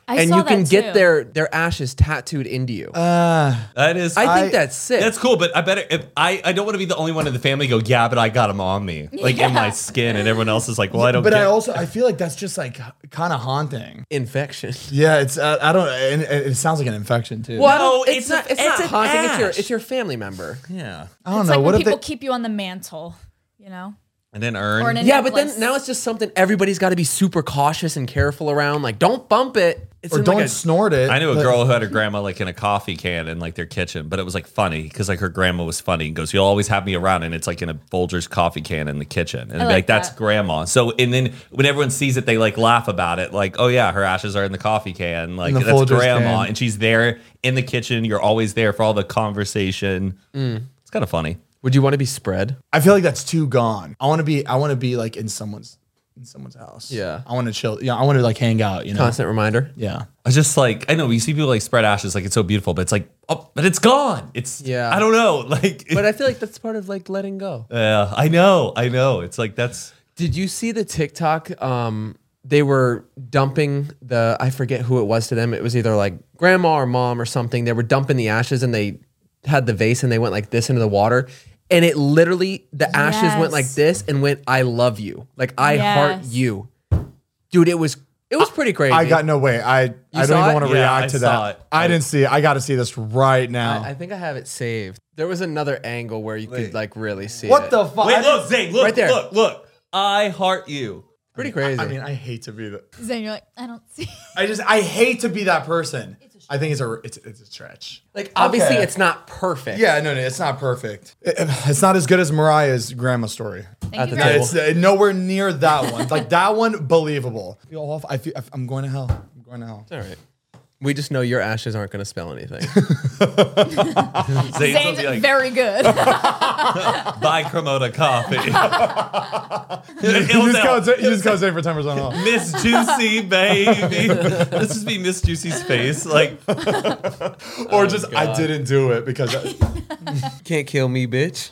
S4: I
S5: and
S4: saw
S5: you can
S4: that
S5: get
S4: too.
S5: their their ashes tattooed into you.
S3: that is.
S5: I think
S2: I-
S5: that's sick.
S3: that's cool, but I better. If I, I don't want to be the only one in the family. Go, yeah, but I got them on me, like in my skin, and everyone else is like, well, I don't.
S2: but
S3: get
S2: I also I feel like that's just like kind of haunting.
S5: infection.
S2: Yeah, it's uh, I don't. And, and it sounds like an infection too.
S3: What? No, it's a-
S5: It's,
S3: it's
S5: not
S3: an
S5: haunting. It's your
S3: ash.
S5: it's your family member.
S3: Yeah,
S2: I don't
S4: It's
S2: know.
S4: like
S2: what
S4: when
S2: if they,
S4: people keep you on the mantle, you know?
S3: and then
S4: Or
S3: earn.
S4: in a
S5: Yeah, but then
S4: necklace.
S5: now it's just something everybody's got to be super cautious and careful around. Like, don't bump it. It's
S2: or
S5: in
S2: don't
S5: like a-
S2: snort it?
S3: I knew a
S2: But-
S3: girl who had her grandma like in a coffee can in like their kitchen, but it was like funny because like her grandma was funny and goes, "You'll always have me around," and it's like in a Folgers coffee can in the kitchen, and like,
S4: like
S3: that's
S4: that.
S3: grandma. So and then when everyone sees it, they like laugh about it, like, "Oh yeah, her ashes are in the coffee can," like
S2: the
S3: that's
S2: Folgers
S3: grandma,
S2: can.
S3: and she's there in the kitchen. You're always there for all the conversation.
S2: Mm.
S3: It's kind of funny.
S5: Would you want to be spread?
S2: I feel like that's too gone. I want to be. I want to be like in someone's in someone's house.
S5: Yeah.
S2: I want to chill. Yeah, I want to like hang out. You know.
S5: Constant reminder.
S2: Yeah.
S3: I was just like I know you see people like spread ashes, like it's so beautiful, but it's like, oh, but it's gone. It's
S5: Yeah.
S3: I don't know, like.
S5: But I feel like that's part of like letting go.
S3: yeah, I know, I know. It's like that's
S5: Did you see the TikTok? Um, they were dumping the I forget who it was to them. It was either like grandma or mom or something. They were dumping the ashes and they had the vase and they went like this into the water. And it literally the ashes went
S4: Yes.
S5: like this and went, I love you. Like I heart
S4: Yes.
S5: you. Dude, it was it was pretty crazy.
S2: I got no way. I I don't
S5: saw
S2: even
S5: it?
S2: want to
S3: Yeah,
S2: react
S3: I
S2: to
S3: saw
S2: that.
S3: it.
S2: I didn't see it. I got to see this right now.
S5: I, I think I have it saved. There was another angle where you could like really see
S2: what
S5: it.
S2: the fuck?
S3: Wait, look, Zane, look,
S5: Right there.
S3: look, look. I heart you.
S5: pretty crazy.
S2: I mean, I hate to be the.
S4: Then you're like, I don't see.
S2: I just I hate to be that person. I think it's a it's, it's a stretch.
S5: like obviously
S2: Okay.
S5: it's not perfect.
S2: Yeah, no, no, it's not perfect. It- it's not as good as Mariah's grandma story.
S4: Thank
S5: the
S4: you very
S5: table.
S4: much.
S2: It's uh, nowhere near that one. Like that one, believable. I feel awful. I feel, I'm going to hell. I'm going to hell.
S5: All right. We just know your ashes aren't gonna spell anything.
S3: Zane's will
S4: Zane's
S3: be like,
S4: very good.
S2: Oh,
S3: buy Cremota coffee.
S2: He
S3: It'll
S2: just,
S3: tell.
S2: goes, he just goes in for ten percent off.
S3: Miss Juicy, baby. this would be Miss Juicy's face. Like,
S5: Oh,
S2: Or just I didn't do it because
S5: Can't kill me, bitch.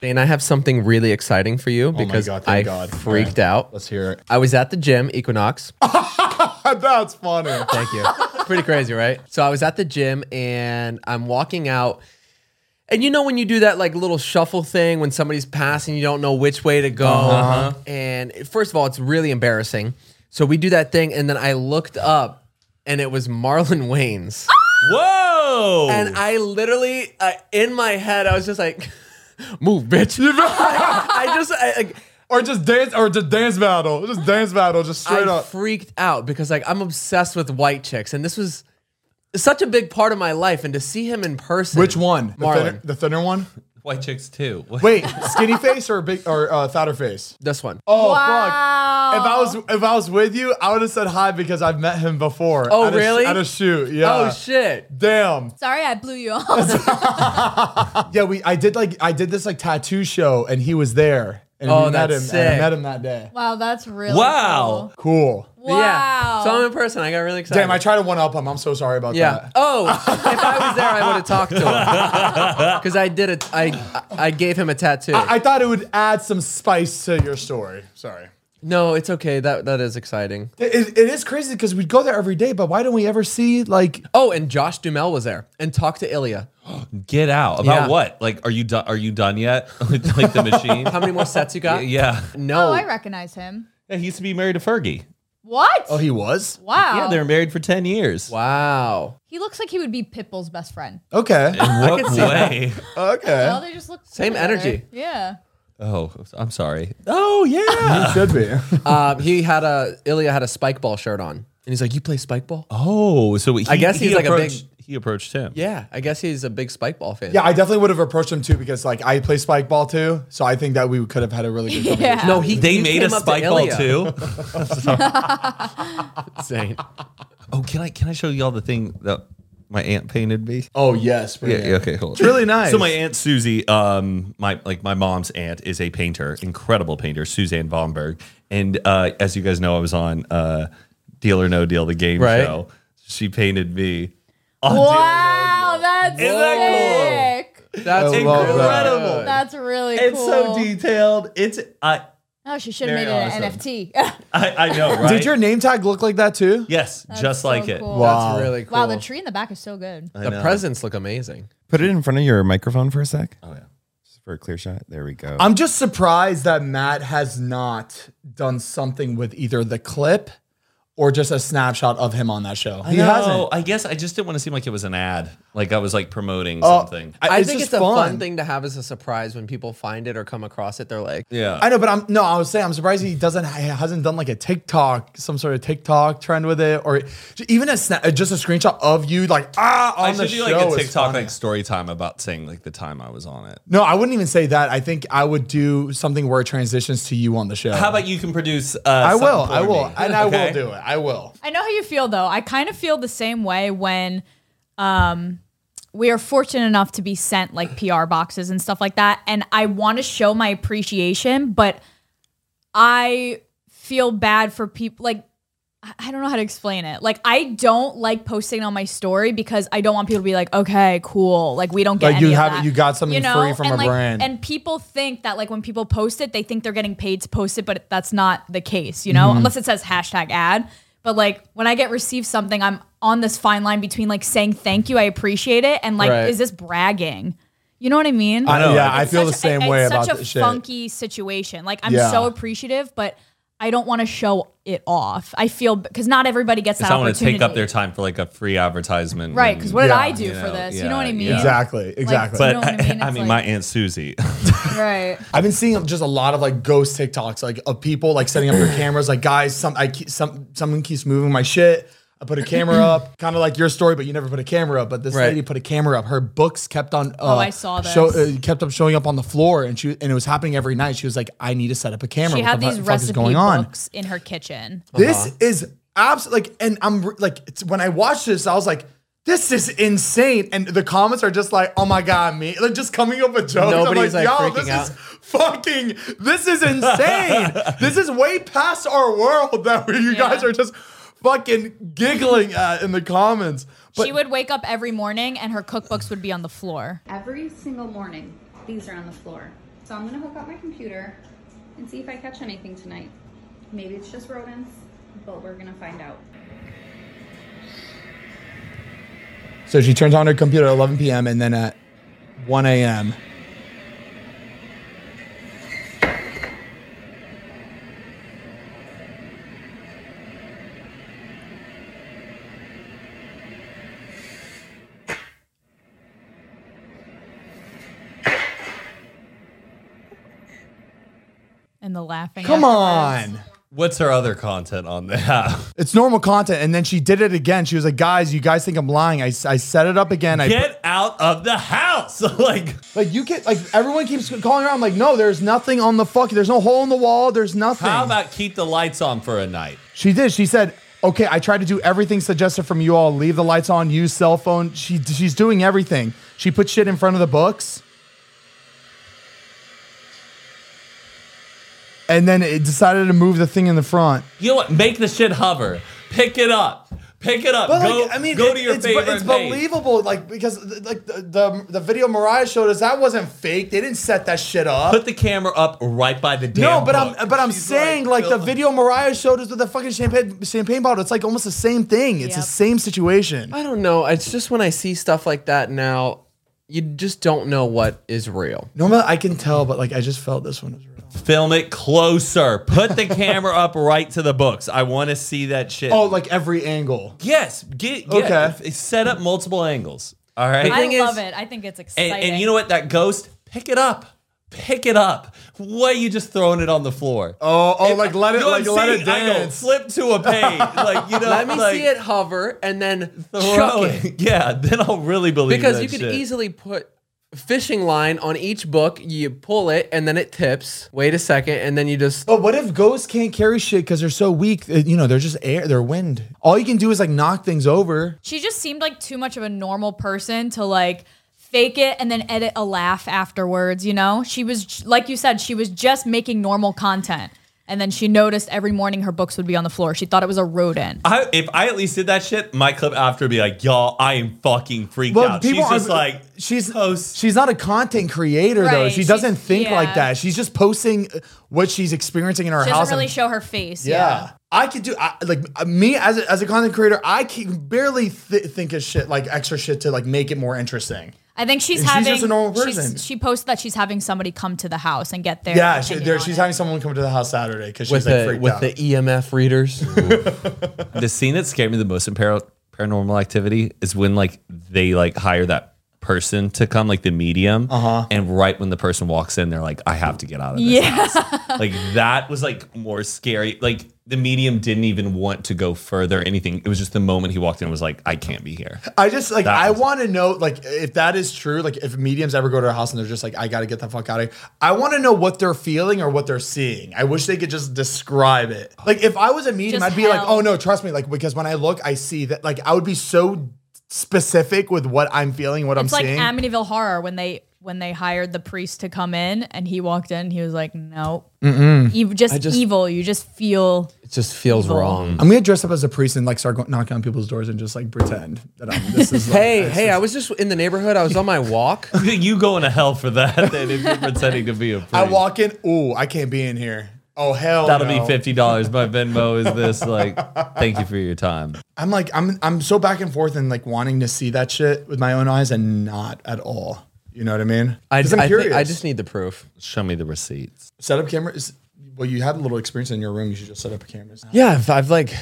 S5: Dane, I have something really exciting for you
S2: Oh my
S5: because
S2: God, thank
S5: I
S2: God.
S5: freaked
S2: Okay.
S5: out.
S2: let's hear it.
S5: I was at the gym, Equinox.
S2: That's funny.
S5: Thank you. Pretty crazy, right? So I was at the gym and I'm walking out. And you know when you do that like little shuffle thing when somebody's passing, you don't know which way to go.
S2: Uh-huh.
S5: And it- first of all, it's really embarrassing. So we do that thing, and then I looked up, and it was Marlon Wayne's.
S3: whoa.
S5: And I literally, uh, in my head, I was just like, "Move, bitch!" I just, I, like,
S2: Or just dance or just dance battle. Just dance battle. Just straight
S5: I
S2: up.
S5: freaked out because like I'm obsessed with white chicks, and this was such a big part of my life. And to see him in person,
S2: Which one? The
S5: Marlon.
S2: thinner, the thinner one?
S3: White chicks, too. What?
S2: Wait, skinny face or big or uh, fatter face?
S5: This one.
S2: Oh
S4: Wow.
S2: fuck! If I was if I was with you, I would have said hi because I've met him before.
S5: Oh,
S2: at
S5: really?
S2: A, sh- at a shoot, yeah.
S5: Oh shit!
S2: Damn.
S4: Sorry, I blew you off.
S2: Yeah, we. I did like I did this like tattoo show, and he was there. And
S5: Oh,
S2: we met
S5: that's
S2: him. And I
S5: sick.
S2: met him that day.
S4: wow, that's really
S3: Wow.
S4: cool.
S2: Cool.
S5: But Yeah.
S4: Wow.
S5: Saw him in person. I got really excited.
S2: Damn, I tried to one up him. I'm so sorry about
S5: Yeah.
S2: that.
S5: Oh, if I was there, I would have talked to him because I did it. I I gave him a tattoo.
S2: I thought it would add some spice to your story. Sorry.
S5: no, it's okay. That that is exciting.
S2: It, it is crazy because we'd go there every day, but why don't we ever see like
S5: Oh, and Josh Dumel was there and talked to Ilya.
S3: Get out. About
S5: Yeah.
S3: what? Like, are you do- are you done yet? like the machine?
S5: How many more sets you got?
S3: yeah.
S5: No.
S4: Oh, I recognize him.
S3: yeah. He used to be married to Fergie.
S4: What?
S2: Oh, he was?
S4: wow.
S3: Yeah, they were married for ten years.
S5: wow.
S4: he looks like he would be Pitbull's best friend.
S2: Okay.
S3: In what way?
S2: Okay.
S4: Well, they just look cool
S5: Same
S4: together.
S5: energy.
S4: Yeah.
S3: Oh, I'm sorry.
S2: Oh yeah. He should be.
S5: Uh, he had a Ilya had a spike ball shirt on, and he's like, "You play spike ball?"
S3: Oh, so he,
S5: I guess
S3: he
S5: he's like a big-
S3: approached- He approached him.
S5: Yeah, I guess he's a big spike ball fan.
S2: Yeah, I definitely would have approached him too because like I play spike ball too, so I think that we could have had a really good. conversation.
S4: Yeah.
S5: No, he
S3: They
S5: he
S3: made
S5: came
S3: a
S5: up to
S3: spike ball
S5: Ilya.
S3: too.
S5: Insane.
S3: Oh, can I can I show y'all the thing that my aunt painted me?
S2: Oh yes.
S3: Yeah,
S2: bring it.
S3: yeah, okay, hold on. It's
S2: really nice.
S3: So my aunt Susie, um, my like my mom's aunt is a painter, incredible painter, Suzanne Vomberg. And uh, as you guys know, I was on uh, Deal or No Deal, the game
S5: Right.
S3: show. She painted me. On
S4: Wow, that's
S3: Isn't that
S4: sick.
S5: That's
S2: I
S3: Deal
S2: love
S3: or No Deal.
S2: that.
S3: incredible.
S4: That's really
S3: It's
S4: cool.
S3: so detailed. It's I
S4: Oh, she should have
S3: Very
S4: made it
S3: awesome.
S4: an NFT.
S3: I, I know, right?
S2: Did your name tag look like that too?
S3: yes, just
S4: so
S3: like it.
S4: cool.
S2: Wow.
S5: That's really cool.
S4: Wow, the tree in the back is so good.
S3: I
S5: the
S3: know.
S5: presents look amazing.
S6: Put it in front of your microphone for a sec.
S3: Oh yeah.
S6: Just for a clear shot. There we go.
S2: I'm just surprised that Matt has not done something with either the clip or just a snapshot of him on that show.
S3: I
S2: he
S3: know.
S2: hasn't.
S3: I guess I just didn't want to seem like it was an ad. Like I was like promoting something.
S5: I
S2: it's
S5: think
S2: just
S5: it's a fun thing to have as a surprise when people find it or come across it. They're like,
S3: yeah.
S2: I know, but I'm no. I was saying I'm surprised he doesn't he hasn't done like a TikTok, some sort of TikTok trend with it, or e, even a snap, just a screenshot of you like ah on
S3: I
S2: the
S3: should do
S2: show.
S3: like a
S2: is
S3: TikTok
S2: funny.
S3: like story time about saying like the time I was on it.
S2: No, I wouldn't even say that. I think I would do something where it transitions to you on the show.
S3: How about you can produce? Uh,
S2: I
S3: something
S2: will,
S3: for
S2: I will,
S3: me?
S2: and I
S3: Okay.
S2: will do it. I will.
S4: I know how you feel though. I kind of feel the same way when um we are fortunate enough to be sent like PR boxes and stuff like that and I want to show my appreciation, but I feel bad for people like I- I don't know how to explain it. Like I don't like posting on my story because I don't want people to be like, "Okay, cool." Like we don't get
S2: Like, you
S4: any of
S2: haven't-
S4: that.
S2: you got something free from
S4: and
S2: a
S4: like,
S2: brand.
S4: And people think that like when people post it, they think they're getting paid to post it, but that's not the case, you know,
S2: Mm-hmm.
S4: unless it says hashtag ad. But like when I get received something, I'm on this fine line between like saying thank you, I appreciate it, and like
S5: Right.
S4: is this bragging? You know what I mean?
S2: I know. Yeah, I
S4: It's
S2: feel the
S4: such a-
S2: same way
S4: it's
S2: about
S4: such a
S2: this shit.
S4: funky situation. Like I'm
S2: Yeah.
S4: so appreciative, but I don't want to show it off. I feel because not everybody gets
S3: It's
S4: that
S3: not want to
S4: opportunity.
S3: take up their time for like a free advertisement,
S4: right?
S3: and-
S4: Because what did
S2: Yeah,
S4: I do
S3: you
S4: for
S3: know,
S4: this? you
S3: yeah,
S4: know what I mean?
S3: yeah.
S2: Exactly, exactly.
S3: But
S4: you know what I
S3: I,
S4: mean?
S3: I
S4: It's
S3: mean,
S4: like-
S3: my aunt Susie.
S4: Right.
S2: I've been seeing just a lot of like ghost TikToks, like of people like setting up their cameras, like guys, some I keep, some someone keeps moving my shit. I put a camera up, kind of like your story, but you never put a camera up. But this
S5: Right.
S2: lady put a camera up. Her books kept on. Uh, oh,
S4: I saw this.
S2: Show, uh, kept up showing up on the floor, and she and it was happening every night. She was like, "I need to set up a camera."
S4: She
S2: What
S4: had
S2: the fu-
S4: these
S2: fuck is
S4: recipe
S2: going on?
S4: books in her kitchen.
S2: This is absolutely like, and I'm re- like, it's, when I watched this, I was like, this is insane. And the comments are just like, oh my God, me. Like, just coming up with jokes.
S5: Nobody's,
S2: I'm
S5: like,
S2: like, yo,
S5: freaking
S2: this
S5: out.
S2: is fucking, this is insane. this is way past our world that we, you guys
S4: Yeah.
S2: are just fucking giggling at in the comments. But
S4: she would wake up every morning and her cookbooks would be on the floor.
S7: Every single morning, these are on the floor. So I'm gonna hook up my computer and see if I catch anything tonight. Maybe it's just rodents, but we're gonna find out.
S2: so she turns on her computer at 11 p.m. and then at 1 a.m.
S4: And the laughing.
S2: Come
S4: afterwards.
S2: on.
S3: What's her other content on that?
S2: It's normal content. And then she did it again. She was like, guys, you guys think I'm lying. I, I set it up again. I
S3: Get out of the house! like
S2: Like you get like everyone keeps calling around. I'm like, no, there's nothing on the fuck. There's no hole in the wall. There's nothing.
S3: how about keep the lights on for a night?
S2: she did. She said, okay, I tried to do everything suggested from you all. Leave the lights on. Use cell phone. She she's doing everything. She put shit in front of the books. and then it decided to move the thing in the front.
S3: You know what? Make the shit hover. Pick it up. Pick it up. go, go to your
S2: it's,
S3: favorite
S2: it's
S3: page.
S2: believable, like because like the, the the video Mariah showed us that wasn't fake. They didn't set that shit up.
S3: Put the camera up right by the damn
S2: No, but
S3: book.
S2: I'm but I'm
S3: She's
S2: saying like, the
S3: "Fill
S2: video Mariah showed us with the fucking champagne champagne bottle. It's like almost the same thing. It's the
S4: Yep.
S2: same situation.
S5: I don't know. It's just when I see stuff like that now, you just don't know what is real.
S2: Normally I can tell, but like I just felt this one was real.
S3: Film it closer. Put the camera up right to the books. I want to see that shit.
S2: Oh, like every angle.
S3: yes. Get, get
S2: Okay.
S3: okay. Set up multiple angles. All right.
S4: I
S5: thing is-
S4: love it. I think it's exciting.
S3: And, and you know what? That ghost. Pick it up. Pick it up. Why are you just throwing it on the floor?
S2: Oh, oh,
S3: If-
S2: like let
S3: you
S2: it,
S3: know what
S2: like
S3: I'm
S2: let it
S3: saying? I go,
S2: dance.
S3: flip to a page. Like you know.
S5: Let me
S3: like,
S5: see it hover and then chuck
S3: Throw
S5: it.
S3: it. Yeah. Then I'll really believe
S5: Because
S3: that
S5: you could
S3: shit.
S5: easily put fishing line on each book. You pull it and then it tips. Wait a second, and then you just
S2: But what if ghosts can't carry shit because they're so weak? Uh, You know, they're just air, they're wind. All you can do is like knock things over.
S4: she just seemed like too much of a normal person to like fake it and then edit a laugh afterwards, you know? She was like you said, she was just making normal content. And then she noticed every morning her books would be on the floor. She thought it was a rodent.
S3: I, if I at least did that shit, my clip after would be like, y'all, I am fucking freaked out. She's
S2: people
S3: just
S2: are-
S3: like,
S2: she's
S3: host.
S2: she's not a content creator though.
S4: Right,
S2: She doesn't
S4: she's-
S2: think like
S4: yeah.
S2: that. She's just posting uh, what she's experiencing in her
S4: She
S2: house.
S4: doesn't really
S2: and-
S4: show her face.
S2: Yeah. I could do I, like uh, me as a, as a content creator. I can barely th- think of shit like extra shit to like make it more interesting.
S4: I think she's
S2: She's
S4: having.
S2: just a normal
S4: she's-
S2: person.
S4: she posted that she's having somebody come to the house and get their.
S2: Yeah, she,
S4: opinion
S2: there,
S4: on
S2: she's
S4: it.
S2: having someone come to the house Saturday because she's
S5: with
S2: like
S5: the
S2: freaked
S5: with
S2: out.
S5: the EMF readers.
S3: the scene that scared me the most in Par- paranormal activity is when like they like hire that person to come, like the medium. Uh-huh. And right when the person walks in, they're like, I have to get out of this.
S4: Yeah.
S3: Like that was like more scary. Like the medium didn't even want to go further or anything. It was just the moment he walked in was like, I can't be here.
S2: I just like
S3: That
S2: I
S3: was-
S2: want to know like if that is true. Like if mediums ever go to our house and they're just like, I gotta get the fuck out of here. I want to know what they're feeling or what they're seeing. I wish they could just describe it. Like if I was a medium,
S4: Just
S2: I'd be like,
S4: hell.
S2: oh no, trust me. Like because when I look, I see that. Like I would be so specific with what I'm feeling, what
S4: It's
S2: I'm
S4: like
S2: seeing.
S4: Amityville Horror when they when they hired the priest to come in and he walked in. He was like, "No, you just,
S5: just-
S4: evil. You just feel."
S5: it just feels wrong.
S2: I'm gonna dress up as a priest and like start go- knocking on people's doors and just like pretend that I'm. This is like,
S5: Hey, hey! I was just in the neighborhood. I was on my walk.
S3: you going to hell for that then if you're pretending to be a priest.
S2: I walk in. Ooh, I can't be in here. Oh hell,
S3: That'll
S2: no.
S3: be fifty dollars. My Venmo is this. Like, thank you for your time.
S2: I'm like I'm I'm so back and forth and like wanting to see that shit with my own eyes and not at all. You know what I mean?
S5: I,
S2: Because I'm
S5: I,
S2: curious.
S5: think, I just need the proof.
S3: Show me the receipts.
S2: set up cameras. Well, you had a little experience in your room. You should just set up cameras.
S5: Yeah, I've, I've like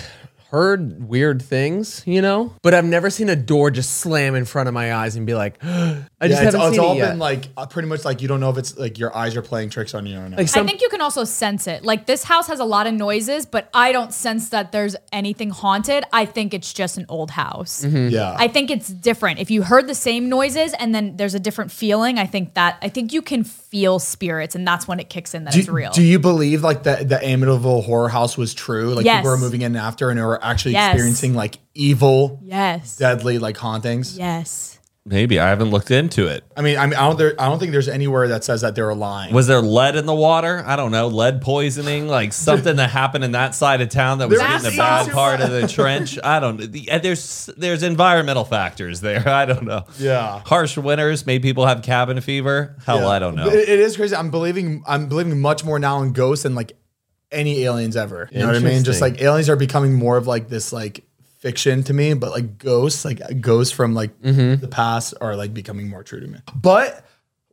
S5: heard weird things, you know, but I've never seen a door just slam in front of my eyes and be like, I just
S2: it's,
S5: haven't
S2: it's
S5: seen
S2: all
S5: it yet.
S2: been like uh, pretty much like you don't know if it's like your eyes are playing tricks on you or not.
S5: Like
S4: I
S5: some,
S4: think you can also sense it. Like this house has a lot of noises, but I don't sense that there's anything haunted. I think it's just an old house.
S2: yeah,
S4: I think it's different. If you heard the same noises and then there's a different feeling, I think that I think you can feel spirits, and that's when it kicks in that
S2: do,
S4: it's real.
S2: do you believe like that the Amityville horror house was true? Like
S4: Yes.
S2: people were moving in after and were actually
S4: Yes.
S2: experiencing like evil,
S4: yes.
S2: deadly like hauntings.
S4: yes.
S3: Maybe I haven't looked into it.
S2: I mean, I mean, I don't, there, I don't think there's anywhere that says that they were lying.
S3: Was there lead in the water? I don't know. Lead poisoning, like something that happened in that side of town that was
S2: There
S3: in the
S2: was
S3: bad
S2: some-
S3: part of the trench. I don't. The, and there's there's environmental factors there. I don't know.
S2: Yeah.
S3: Harsh winters made people have cabin fever. Hell, I don't know.
S2: It- it is crazy. I'm believing I'm believing much more now in ghosts than like any aliens ever. You know what I mean? Just like aliens are becoming more of like this like fiction to me, but like ghosts, like ghosts from like
S3: Mm-hmm.
S2: the past are like becoming more true to me. But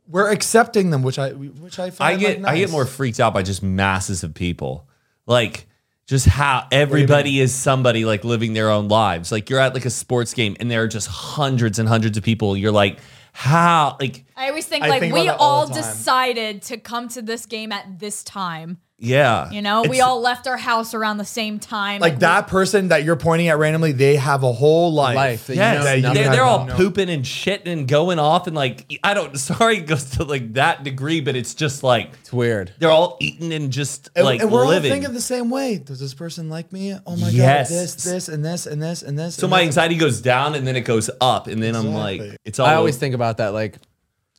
S2: we're accepting them, which I which I
S3: I
S2: find
S3: get
S2: like, nice.
S3: I get more freaked out by just masses of people. Like just how everybody is somebody like living their own lives. Like you're at like a sports game and there are just hundreds and hundreds of people. You're like, how like
S4: I always think
S2: I
S4: like
S2: think about
S4: we
S2: that all
S4: all
S2: the time.
S4: decided to come to this game at this time.
S3: yeah.
S4: You know, we
S3: It's-
S4: all left our house around the same time.
S2: like that person that you're pointing at randomly, they have a whole life.
S5: Life that you
S3: Yes,
S5: know
S2: that you
S3: they're,
S2: have
S3: they're all
S2: no-
S3: pooping and shitting and going off and like I don't. Sorry, it goes to like that degree, but it's just like
S5: it's weird.
S3: they're all eating and just
S2: And,
S3: like
S2: and we're all
S3: living.
S2: thinking the same way. Does this person like me? Oh my
S3: Yes.
S2: god, this, this, and this, and this, and this.
S3: so my anxiety goes down and then it goes up, and then I'm
S2: Exactly.
S3: like, it's all
S5: I always think about that. Like,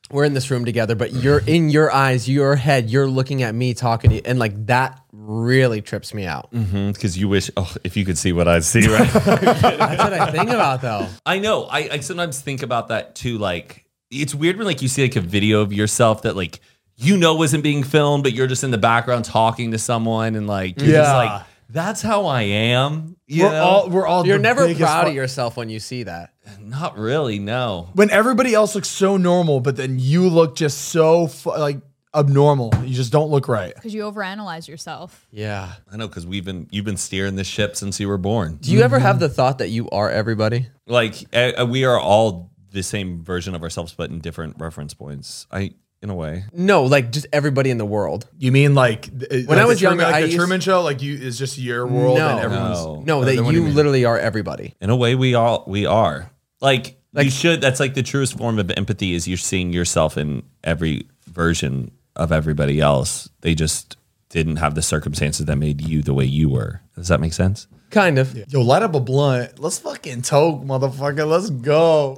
S5: we're in this room together, but you're in your eyes, your head, you're looking at me talking to you, and like that really trips me out.
S3: Because you wish, oh, if you could see what I see, right?
S5: That's what I think about though.
S3: I know. I, I sometimes think about that too. Like, it's weird when like you see like a video of yourself that like you know isn't being filmed, but you're just in the background talking to someone, and like you're just
S2: Yeah.
S3: like, that's how I am. You
S2: We're
S3: know?
S2: all we're all
S5: You're
S2: the
S5: never
S2: biggest
S5: proud
S2: fu-
S5: of yourself when you see that.
S3: Not really. No.
S2: when everybody else looks so normal, but then you look just so fu- like abnormal. You just don't look right.
S4: because you overanalyze yourself.
S5: Yeah.
S3: I know because we've been you've been steering this ship since you were born.
S5: Do you ever have the thought that you are everybody?
S3: Like uh, we are all the same version of ourselves, but in different reference points. I, in a way,
S5: No, like just everybody in the world.
S2: You mean like when
S5: I was younger,
S2: like
S5: I
S2: the
S5: used-
S2: Truman Show, like you is just your world
S5: No.
S2: and everyone's.
S3: No.
S5: No,
S2: Uh,
S5: that
S2: then what do
S5: you
S2: you mean?
S5: literally are everybody.
S3: in a way, we all we are. Like, you should. That's like the truest form of empathy is you're seeing yourself in every version of everybody else. They just didn't have the circumstances that made you the way you were. Does that make sense?
S5: Kind of.
S2: Yo, light up a blunt. Let's fucking toke, motherfucker. Let's go.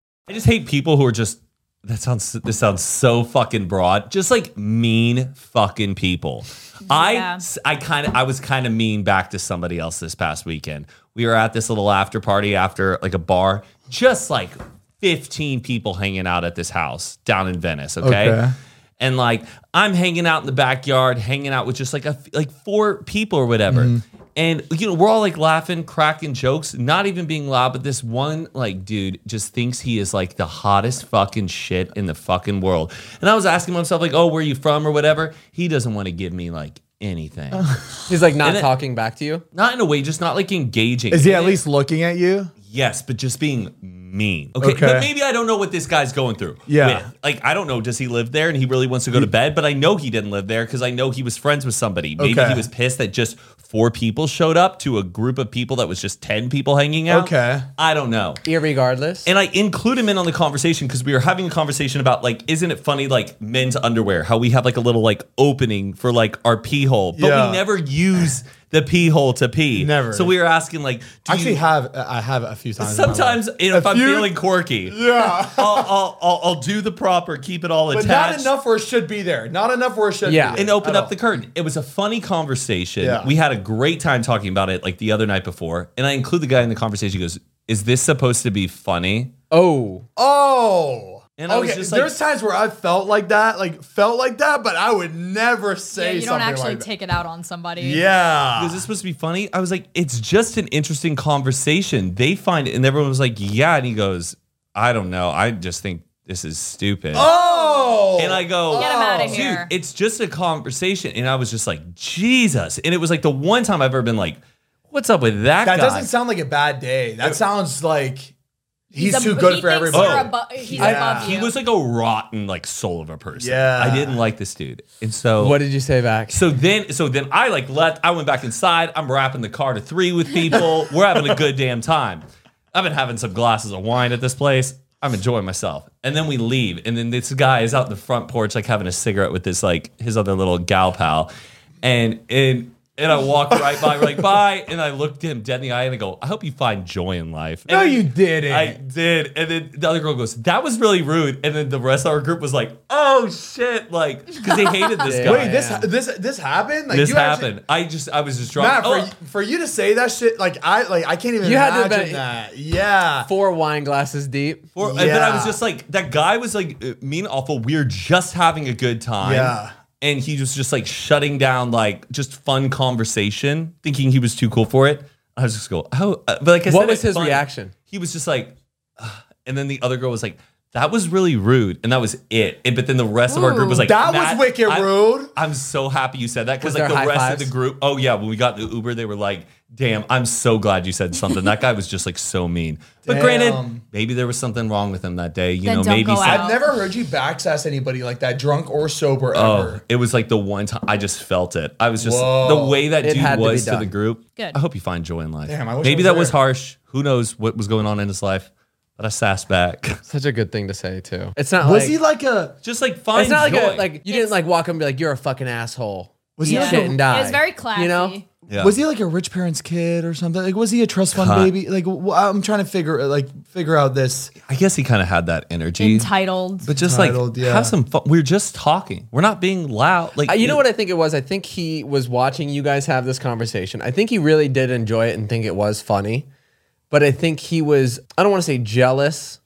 S3: I just hate people who are just that sounds this sounds so fucking broad. Just like mean fucking people. I
S4: Yeah.
S3: I kind of I was kind of mean back to somebody else this past weekend. We were at this little after party after like a bar, just like 15 people hanging out at this house down in Venice,
S2: Okay.
S3: and like I'm hanging out in the backyard, hanging out with just like a like four people or whatever.
S2: Mm-hmm.
S3: And you know, we're all like laughing, cracking jokes, not even being loud, but this one like dude just thinks he is like the hottest fucking shit in the fucking world. And I was asking myself like, "Oh, where are you from or whatever?" He doesn't want to give me like anything.
S5: He's like not
S3: And it-
S5: talking back to you.
S3: not in a way, just not like engaging.
S2: Is he at
S3: And it-
S2: least looking at you?
S3: Yes, but just being mean. Okay,
S2: Okay.
S3: but maybe I don't know what this guy's going through.
S2: Yeah.
S3: with. like I don't know. Does he live there and he really wants to go to bed? But I know he didn't live there because I know he was friends with somebody. Maybe
S2: Okay.
S3: he was pissed that just four people showed up to a group of people that was just ten people hanging out.
S2: Okay.
S3: I don't know.
S5: Irregardless.
S3: And I include him in on the conversation because we were having a conversation about like, isn't it funny like men's underwear? How we have like a little like opening for like our pee hole, but
S2: Yeah.
S3: we never use the pee hole to pee.
S2: Never.
S3: So we were asking like, do
S2: I actually
S3: you-
S2: have uh, I have a few times. in my life.
S3: Sometimes, you know, if I'm
S2: few-
S3: feeling quirky, yeah, I'll, I'll, I'll, I'll do the proper, keep it all
S2: but
S3: attached,
S2: not enough where it should be there. Not enough where it should
S5: Yeah.
S2: be.
S3: and open
S2: at
S3: up
S2: all.
S3: the curtain. It was a funny conversation.
S2: Yeah.
S3: We had a great time talking about it, like the other night before. And I include the guy in the conversation. He goes, "Is this supposed to be funny?"
S5: oh.
S2: Oh.
S3: And
S2: okay.
S3: I was just like-
S2: There's times where I felt like that, like felt like that, but I would never
S4: Yeah,
S2: say
S4: you
S2: something
S4: don't actually
S2: like that.
S4: take it out on somebody.
S2: Yeah.
S3: Was this supposed to be funny? I was like, "It's just an interesting conversation." They find it, and everyone was like, "Yeah," and he goes, "I don't know. I just think this is stupid."
S2: Oh.
S3: And I go,
S4: Get 'em outta
S3: "Dude,
S4: here."
S3: it's just a conversation. And I was just like, Jesus. And it was like the one time I've ever been like, what's up with that,
S2: that
S3: guy?
S2: doesn't sound like a bad day. That sounds like he's,
S4: ab-
S2: too good
S4: he
S2: for
S4: thinks
S2: everybody.
S4: you're
S3: Oh.
S4: abo- he's
S2: Yeah.
S4: above you.
S3: he was like a rotten like soul of a person.
S2: Yeah.
S3: I didn't like this dude. And so
S5: What did you say back?
S3: so then so then I like left. I went back inside. I'm wrapping the car to three with people. We're having a good damn time. I've been having some glasses of wine at this place. I'm enjoying myself. And then we leave. And then this guy is out the front porch, like having a cigarette with this like his other little gal pal. And and And I walked right by, like, bye. And I looked him dead in the eye and I go, I hope you find joy in life.
S2: No,
S3: And
S2: you didn't.
S3: I did. And then the other girl goes, That was really rude. And then the rest of our group was like, Oh shit. Like, because they hated this guy.
S2: Wait, this this this happened? Like
S3: this
S2: you actually-
S3: happened. I just, I was just drunk.
S2: Matt, for,
S3: Oh,
S2: y- for you to say that shit, like I like I can't even
S5: You had to
S2: imagine
S5: have been-
S2: that. Yeah.
S5: Four wine glasses deep.
S3: Or, And then I was
S2: Yeah.
S3: just like, that guy was like uh, mean, awful. We were just having a good time.
S2: Yeah.
S3: And he was just like shutting down, like just fun conversation, thinking he was too cool for it. I was just go, oh, uh, but like I
S5: What
S3: said,
S5: was
S3: it
S5: his
S3: fun.
S5: reaction?
S3: He was just like, "Ugh." and then the other girl was like, that was really rude, and that was it. And- but then the rest of our group was like,
S2: That was wicked
S3: I'm-
S2: rude."
S3: I'm so happy you said that because
S5: Was
S3: like
S5: there
S3: the
S5: high
S3: rest
S5: fives?
S3: of the group. Oh yeah, when we got in the Uber, they were like, "Damn, I'm so glad you said something." that guy was just like so mean. But granted,
S2: Damn.
S3: maybe there was something wrong with him that day. You
S4: Then
S3: know,
S4: don't
S3: maybe
S4: go
S3: some,
S4: out.
S2: I've never heard you backsass anybody like that, drunk or sober
S3: oh,
S2: ever.
S3: it was like the one time I just felt it. I was just
S2: Whoa.
S3: the way that
S5: It
S3: dude
S5: had to be
S3: was to,
S5: done.
S3: the group.
S4: Good.
S3: I hope you find joy in life.
S2: Damn, I wish I
S3: maybe
S2: was
S3: that was
S2: there.
S3: harsh. Who knows what was going on in his life? But I sassed back.
S5: Such a good thing to say too. It's not
S2: was
S5: like
S2: he like a
S3: just like find
S5: it's not like a,
S3: joy.
S5: like you didn't like walk up and be like you're a fucking asshole.
S2: was he
S4: Yeah.
S2: like a-
S5: Shit and die.
S4: It was very classy.
S5: You know,
S3: Yeah.
S2: was he like a rich parent's kid or something? Like was he a trust fund baby? Like wh- I'm trying to figure like figure out this.
S3: I guess he kind of had that energy.
S4: Entitled.
S3: But just
S2: Entitled,
S3: like
S2: yeah.
S3: have some fun. We're just talking. We're not being loud. Like
S5: Uh, you know what I think it was. I think he was watching you guys have this conversation. I think he really did enjoy it and think it was funny, but I think he was. I don't want to say jealous,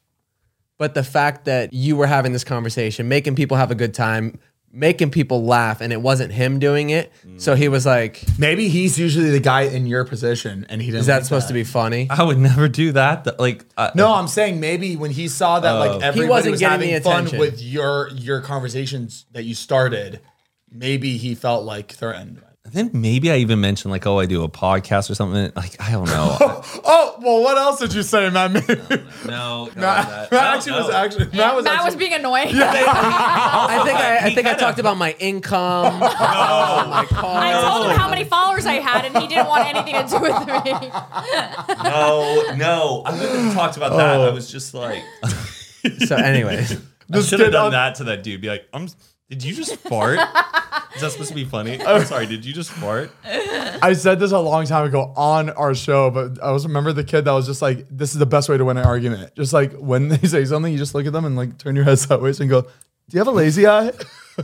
S5: but the fact that you were having this conversation, making people have a good time, making people laugh, and it wasn't him doing it, so he was like,
S2: Maybe he's usually the guy in your position, and he doesn't.
S5: "Is that supposed to be funny?"
S3: I would never do that. Th- Like uh, I,
S2: No, I'm saying maybe when he saw that, like everybody
S5: Oh. wasn't
S2: was
S5: getting the
S2: having fun
S5: attention.
S2: with your your conversations that you started, maybe he felt like threatened.
S3: then maybe I even mentioned like, oh, I do a podcast or something. Like I don't know.
S2: Oh well, what else did you say, Matt? Matt
S3: no,
S2: Matt actually was actually Matt
S4: Matt
S2: was
S4: was,
S2: actually.
S4: being annoying.
S5: I think I, I think I talked about my income. my car.
S4: I told him how many followers I had, and he didn't want anything to do with me.
S3: no, no. I wouldn't have talked about that.
S2: Oh.
S3: I was just like,
S5: So, anyways,
S3: I should
S2: kid
S3: have done
S2: on-
S3: that to that dude. Be like, I'm. Did you just fart? Is that supposed to be funny? I'm sorry. Did you just fart?
S2: I said this a long time ago on our show, but I was remember the kid that was just like, "This is the best way to win an argument." Just like when they say something, you just look at them and like turn your head sideways and go, "Do you have a lazy eye?"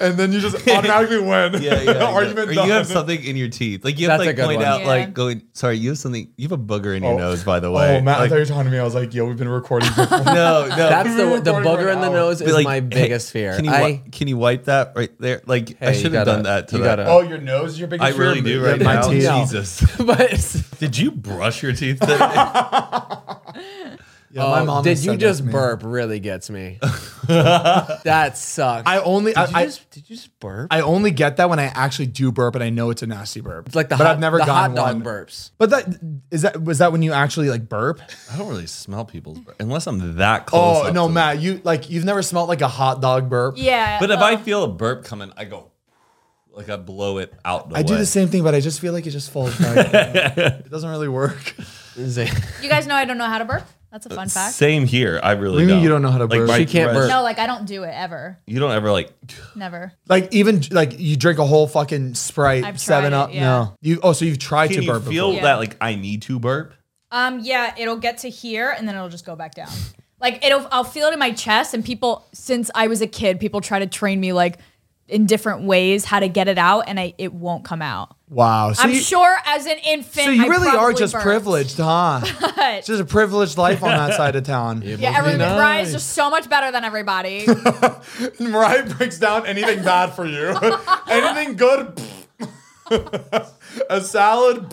S2: and then you just automatically win. argument.
S3: Or you have
S2: done.
S3: something in your teeth. Like you have
S5: That's a
S3: to like
S5: good
S3: point
S5: one.
S3: out
S4: Yeah.
S3: like going. Sorry, you have something. You have a booger in your
S2: Oh.
S3: nose, by the way.
S2: Oh, Matt, I
S3: Like,
S2: thought you were talking to me. I was like, "Yo, we've been recording." For four-
S3: no, no.
S5: that's the the
S2: Recording for
S5: booger
S2: an
S5: in the
S2: hour.
S5: nose
S3: But,
S5: is
S3: like,
S5: my
S3: hey,
S5: biggest fear.
S3: Can you,
S5: I,
S3: wi- can you wipe that right there? Like I
S5: Hey, you
S3: should have
S5: gotta-
S3: done that to
S5: you
S3: that.
S5: gotta-
S2: oh, your nose, is your biggest.
S3: I really
S2: fear?
S3: do
S2: Yeah,
S3: right
S2: my
S3: now.
S2: teeth.
S3: Jesus,
S5: but
S3: did you brush your teeth? Today?
S2: Yeah, my
S5: Oh,
S2: mom
S5: did
S2: has
S5: you
S2: said that
S5: just
S2: to me.
S5: burp? Really gets me. that sucks.
S2: I only I, I,
S5: did you just burp?
S2: I only get that when I actually do burp, and I know it's a nasty burp.
S5: it's like the
S2: but
S5: hot,
S2: I've never
S5: the
S2: gotten
S5: hot dog
S2: one.
S5: burps.
S2: But that is that was that when you actually like burp?
S3: I don't really smell people's breath unless I'm that close.
S2: Oh
S3: up
S2: no,
S3: to them.
S2: Matt, you like you've never smelled like a hot dog burp.
S4: Yeah.
S3: But if
S4: uh,
S3: I feel a burp coming, I go like I blow it out. The
S2: I do
S3: way.
S2: the same thing, but I just feel like it just falls back. it doesn't really work.
S4: you guys know I don't know how to burp. That's a fun fact.
S3: Same here. I really
S2: What do you mean
S3: don't.
S2: you don't know how to
S3: Like
S2: burp?
S3: my
S5: She can't
S3: breath-
S5: burp.
S4: No, like I don't do it ever.
S3: You don't ever like.
S4: Never.
S2: Like even like you drink a whole fucking Sprite,
S4: I've
S2: Seven
S4: tried it,
S2: Up.
S4: yeah.
S2: No, you. Oh, so you've tried
S3: Can
S2: to
S3: you
S2: burp
S3: feel
S2: before?
S4: Yeah.
S3: that? Like I need to burp.
S4: Um, yeah, it'll get to here and then it'll just go back down. Like it'll, I'll feel it in my chest. And people, since I was a kid, people try to train me like in different ways how to get it out, and I it won't come out.
S2: Wow. So
S4: I'm
S2: you,
S4: sure as an infant,
S2: so you
S4: I
S2: really are
S4: probably
S2: just
S4: burped,
S2: privileged, huh?
S4: but-
S2: It's just a privileged life on that side of town.
S4: yeah, every Mariah's just so much better than everybody.
S2: Mariah breaks down anything bad for you. anything good. a salad.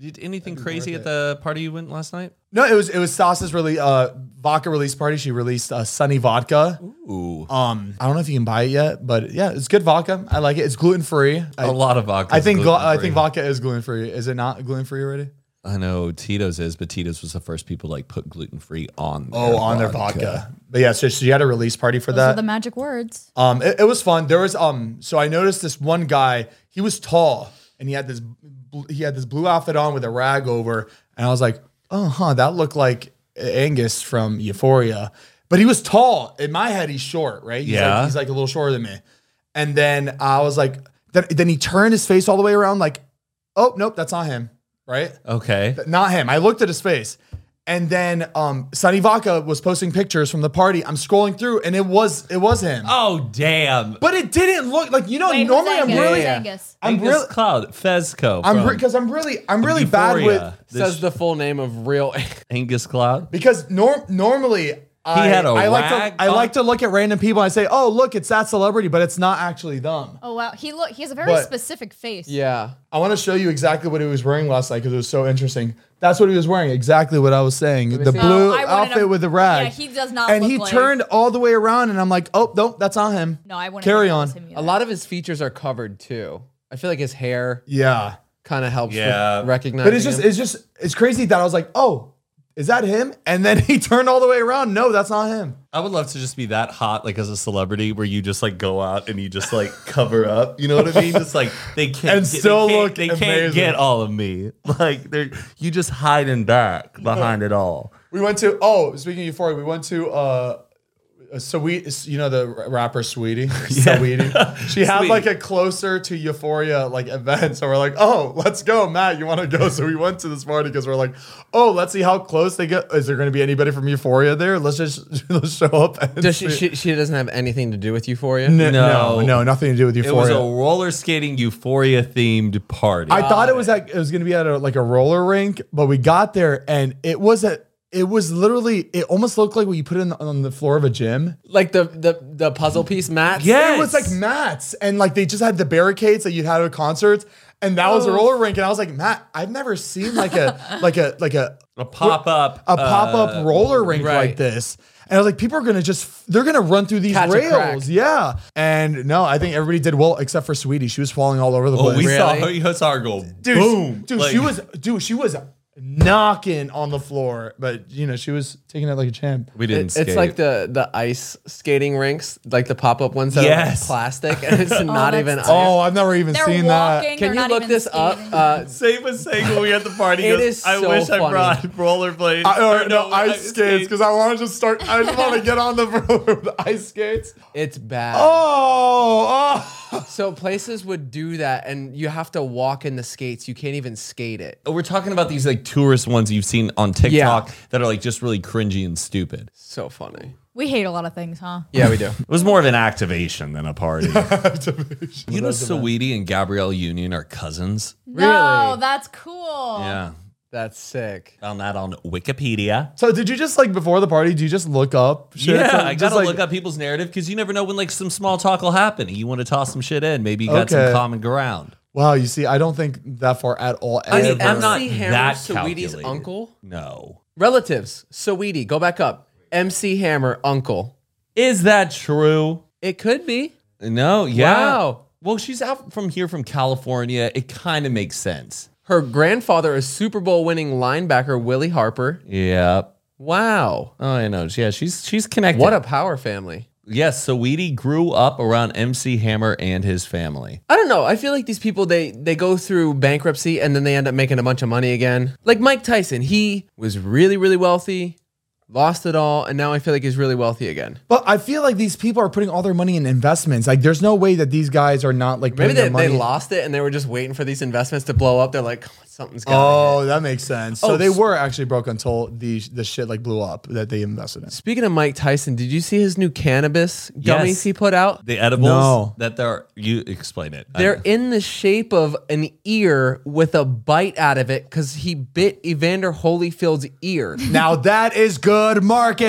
S3: Did anything crazy at the party you went last night?
S2: No, it was it was Sasa's really uh, vodka release party. She released uh, Sunny Vodka.
S3: Ooh,
S2: Um, I don't know if you can buy it yet, but yeah, it's good vodka. I like it. It's gluten free.
S3: a lot of vodka.
S2: I think glu- I think vodka is gluten free. Is it not gluten free already?
S3: I know Tito's is, but Tito's was the first people to like put gluten free on.
S2: Oh, on their vodka. But yeah, so she had a release party for
S4: Those
S2: that.
S4: are the magic words.
S2: Um, it, it was fun. There was um, so I noticed this one guy. He was tall, and he had this bl- he had this blue outfit on with a rag over, and I was like, oh, huh, that looked like Angus from Euphoria, but he was tall. In my head, he's short, right? He's
S3: Yeah.
S2: like, he's like a little shorter than me. And then I was like, then, then he turned his face all the way around, like, oh nope, that's not him, right?
S3: Okay.
S2: not him. I looked at his face. And then um Sunny Vaca was posting pictures from the party. I'm scrolling through and it was it was him.
S3: Oh damn.
S2: But it didn't look like you know.
S4: Wait, who's
S2: Oh, normally, I'm
S4: Angus?
S2: really,
S4: Who's Angus?
S2: I'm
S3: Angus
S2: really,
S3: Cloud Fezco.
S2: I'm
S3: from
S2: because I'm really, I'm really bad with
S3: Euphoria. This-
S1: Says the full name of real.
S3: Angus Cloud.
S2: because norm normally I
S3: had a
S2: I like
S3: rag
S2: to I like
S3: on-
S2: to look at random people. and I say, oh look, it's that celebrity, but it's not actually them.
S4: Oh wow, he look he has a very
S2: But-
S4: specific face.
S1: yeah.
S2: I want to show you exactly what he was wearing last night because it was so interesting. That's what he was wearing. Exactly what I was saying. The
S1: see.
S2: blue
S4: No, Oh, I wouldn't
S2: outfit
S4: have-
S2: with the rag.
S4: Yeah, he does not
S2: And
S4: look
S2: he
S4: like-
S2: turned all the way around, and I'm like, oh no, that's not him.
S4: No, I wouldn't.
S2: Carry
S4: think that
S2: on.
S4: was him either.
S1: A lot of his features are covered too. I feel like his hair
S2: Yeah.
S1: kind of helps
S3: Yeah.
S1: yeah. recognize.
S2: But it's just, it's just, it's crazy that I was like, oh, is that him? And then he turned all the way around. No, that's not him.
S3: I would love to just be that hot, like as a celebrity, where you just like go out and you just like cover up. You know what I mean? Just like they can't
S2: And
S3: get,
S2: still
S3: they can't,
S2: look
S3: they can't
S2: amazing.
S3: get all of me. Like they're you just hiding back behind it all.
S2: We went to, oh, speaking of euphoria, we went to, uh, so we, you know the rapper Sweetie, Saweetie. She had
S3: Sweetie.
S2: like a closer to Euphoria like event, so we're like, oh, let's go, Matt. You want to go? So we went to this party because we're like, oh, let's see how close they get. Is there going to be anybody from Euphoria there? Let's just let's show up. And
S5: Does she,
S2: see.
S5: she? She doesn't have anything to do with Euphoria.
S2: no,
S3: No.
S2: no, nothing to do with
S3: It was
S2: Euphoria.
S3: a roller skating euphoria themed party.
S2: I thought it was like it was gonna be at a, like a roller rink, but we got there and it was a it was literally it almost looked like what you put in on the floor of a gym.
S1: like the the the puzzle piece mats.
S3: Yes.
S2: It was like mats and like they just had the barricades that you'd had at concerts, and that was a roller rink. And I was like, Matt, I've never seen like a like a like a
S3: a pop up. uh,
S2: a pop up roller rink
S1: right.
S2: like this. And I was like, people are gonna just they're gonna run through these
S1: Catch a crack.
S2: rails, yeah. And no, I think everybody did well except for Sweetie. She was falling all over the
S3: Oh,
S2: place.
S3: we saw
S1: Really?
S3: we saw her go
S2: dude,
S3: boom.
S2: dude.
S3: Like,
S2: she was, dude, she was knocking on the floor, but you know, she was taking it like a champ.
S3: We
S5: It-
S3: didn't.
S5: it's like the the ice skating rinks, like the pop up ones that
S3: Yes.
S5: are plastic, and it's not
S4: that's
S5: even.
S4: so-
S5: ice.
S2: Oh, I've never even
S4: they're
S2: seen
S4: walking.
S2: that.
S4: they're
S5: Can you
S4: not
S5: look
S4: even
S5: this
S4: skating.
S5: up? Uh,
S3: Same was saying when we had the party. he
S5: It
S3: goes,
S5: is
S3: I
S5: so
S3: wish I
S5: funny.
S3: brought rollerblades.
S2: I, or,
S3: or
S2: no, ice skates
S3: skates."
S2: because I want to just start. I just want to get on the roller with ice skates.
S5: it's bad.
S2: Oh, oh.
S5: So places would do that, and you have to walk in the skates. You can't even skate it.
S3: We're talking about these like tourist ones you've seen on TikTok that are like just really cringy and stupid.
S5: So funny.
S4: We hate a lot of things, huh?
S5: Yeah, we do.
S3: It was more of an activation than a party. you know, Saweetie and Gabrielle Union are cousins.
S4: No,
S5: Really?
S4: that's cool.
S3: Yeah,
S5: That's sick.
S3: found that on Wikipedia.
S2: So did you just like before the party? Do you just look up? Shit?
S3: yeah,
S2: So
S3: I
S2: just,
S3: gotta
S2: like-
S3: look up people's narrative because you never know when like some small talk will happen. and You want to toss some shit in. Maybe you got some
S2: Okay.
S3: common ground.
S2: Wow, you see, I don't think that far at all.
S5: I mean,
S2: ever.
S3: I'm not
S5: MC
S3: that
S5: Hammer, Saweetie's
S3: calculated.
S5: uncle,
S3: No,
S5: relatives, Saweetie. Go back up. MC Hammer, uncle.
S3: is that true?
S5: It could be.
S3: No, yeah.
S5: Wow.
S3: Well, she's out from here from California. It kind of makes sense.
S5: Her grandfather is Super Bowl winning linebacker Willie Harper.
S3: Yeah.
S5: Wow.
S3: Oh, I know. Yeah, she's she's connected.
S5: What a power family.
S3: Yes, Saweetie grew up around MC Hammer and his family.
S5: I don't know. I feel like these people they they go through bankruptcy and then they end up making a bunch of money again. Like Mike Tyson, he was really really wealthy, lost it all, and now I feel like he's really wealthy again.
S2: But I feel like these people are putting all their money in investments. Like, there's no way that these guys are not like
S5: Maybe
S2: putting
S5: they,
S2: their money.
S5: they lost it and they were just waiting for these investments to blow up. They're like, "Come on, Something's got
S2: Oh, that makes sense. So
S5: Oh,
S2: they
S5: s-
S2: were actually broke until the the shit like blew up that they invested in.
S5: Speaking of Mike Tyson, did you see his new cannabis gummies
S3: Yes.
S5: he put out?
S3: The edibles
S2: No.
S3: that they're you explain it. I-
S5: They're in the shape of an ear with a bite out of it because he bit Evander Holyfield's ear.
S2: Now that is good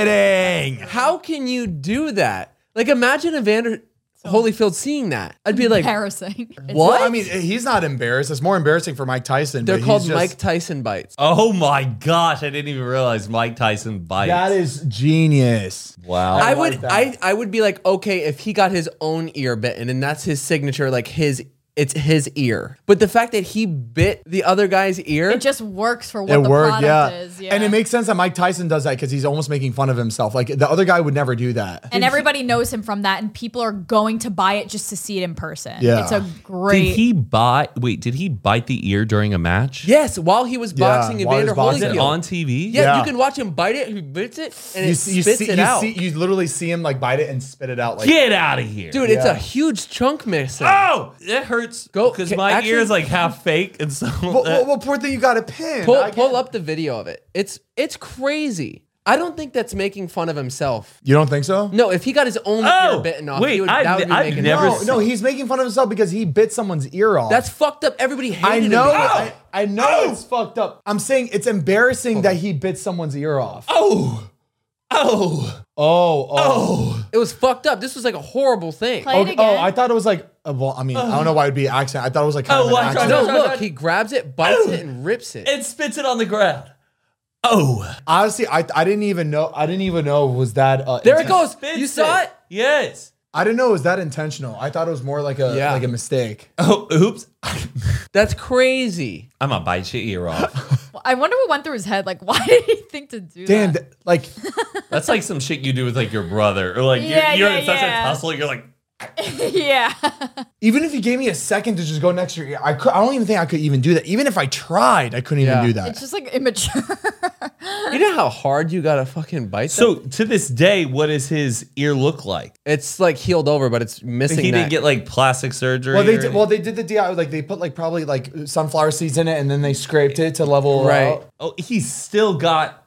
S2: marketing.
S5: How can you do that? Like, imagine Evander Holyfield seeing that. I'd be like,
S4: Embarrassing.
S5: what?
S2: Well, I mean, he's not embarrassed. It's more embarrassing for Mike Tyson.
S5: they're
S2: but he's
S5: called
S2: just-
S5: Mike Tyson bites.
S3: oh my gosh, I didn't even realize Mike Tyson bites.
S2: That is genius.
S3: wow.
S5: I,
S2: like
S5: would,
S2: that.
S5: I, I would be like, okay, if he got his own ear bitten and that's his signature, like his, it's his ear. But the fact that he bit the other guy's ear,
S4: It just works for what
S2: It
S4: the
S2: worked,
S4: product
S2: yeah.
S4: is. Yeah.
S2: And it makes sense that Mike Tyson does that because he's almost making fun of himself. Like the other guy would never do that.
S4: and everybody knows him from that, and people are going to buy it just to see it in person.
S2: Yeah.
S4: It's a
S3: did
S4: great.
S3: he bite? Wait, did he bite the ear during a match?
S5: yes, while he was boxing
S2: while he
S5: Evander
S2: was boxing.
S3: Is it
S5: Holyfield.
S3: on TV?
S5: Yeah,
S2: Yeah.
S5: you can watch him bite it. He bites it, and
S2: You,
S5: it
S2: see- you
S5: spits
S2: see,
S5: it
S2: you
S5: out.
S2: see, you literally see him like bite it and spit it out. Like,
S3: Get out of here.
S5: Dude, it's a huge chunk missing.
S3: Oh, it hurts.
S5: Go-
S3: because
S5: ca-
S3: my
S5: actually-
S3: ear is like half fake, and so
S2: well,
S3: that-
S2: well, well, poor thing, you got a pin.
S5: Uh, Pull,
S2: I
S5: pull
S2: get-
S5: up the video of it. It's it's crazy. I don't think that's making fun of himself.
S2: You don't think so?
S5: No, if he got his own
S3: Oh,
S5: ear bitten off,
S3: wait,
S5: he would,
S3: I've-
S5: that would be
S3: I've
S5: making
S3: never
S5: fun.
S2: No, no, he's making fun of himself because he bit someone's ear off.
S5: That's fucked up. Everybody hated
S2: I
S5: him
S2: know.
S5: because of
S2: I, I know
S5: Oh!
S2: it's fucked up. I'm saying it's embarrassing that he bit someone's ear off.
S3: oh, oh,
S2: Oh, oh.
S3: oh.
S5: it. It was fucked up. This was like a horrible thing.
S4: Play it
S2: Okay,
S4: again.
S2: oh, I thought it was like, uh, well, I mean, I
S5: Oh.
S2: don't know why it would be an accident. I thought it was like kind
S3: Oh,
S2: of an
S3: well, I tried-
S2: accident.
S5: No,
S3: no,
S5: look,
S3: no.
S5: he grabs it, bites it, and rips it.
S3: It spits it on the ground. Oh,
S2: Honestly, I, I didn't even know. I didn't even know was that. Uh,
S5: There it
S2: intentional.
S5: goes.
S3: spits
S5: You saw it?
S3: Yes.
S2: I didn't know it was that intentional. I thought it was more like a
S5: Yeah.
S2: like a mistake.
S3: Oh, oops.
S5: That's crazy.
S3: I'm gonna bite your ear off.
S4: I wonder what went through his head. Like, why did he think to do
S2: Dan,
S4: that?
S2: th- like
S3: That's like some shit you do with like your brother, or like
S4: Yeah,
S3: you're, you're
S4: yeah,
S3: in such
S4: yeah.
S3: a tussle. You're like,
S4: yeah.
S2: even if you gave me a second to just go next to your ear, I could. I don't even think I could even do that. Even if I tried, I couldn't
S5: Yeah.
S2: even do that.
S4: It's just like immature.
S5: You know how hard you gotta fucking bite.
S3: so
S5: that?
S3: to this day, what does his ear look like?
S5: it's like healed over, but it's missing.
S3: He didn't
S5: that.
S3: get like plastic surgery.
S2: well, they
S3: or
S2: did, well they did the DIY. Like they put like probably like sunflower seeds in it, and then they scraped it to level
S5: Right.
S2: out.
S3: Oh, he's still got.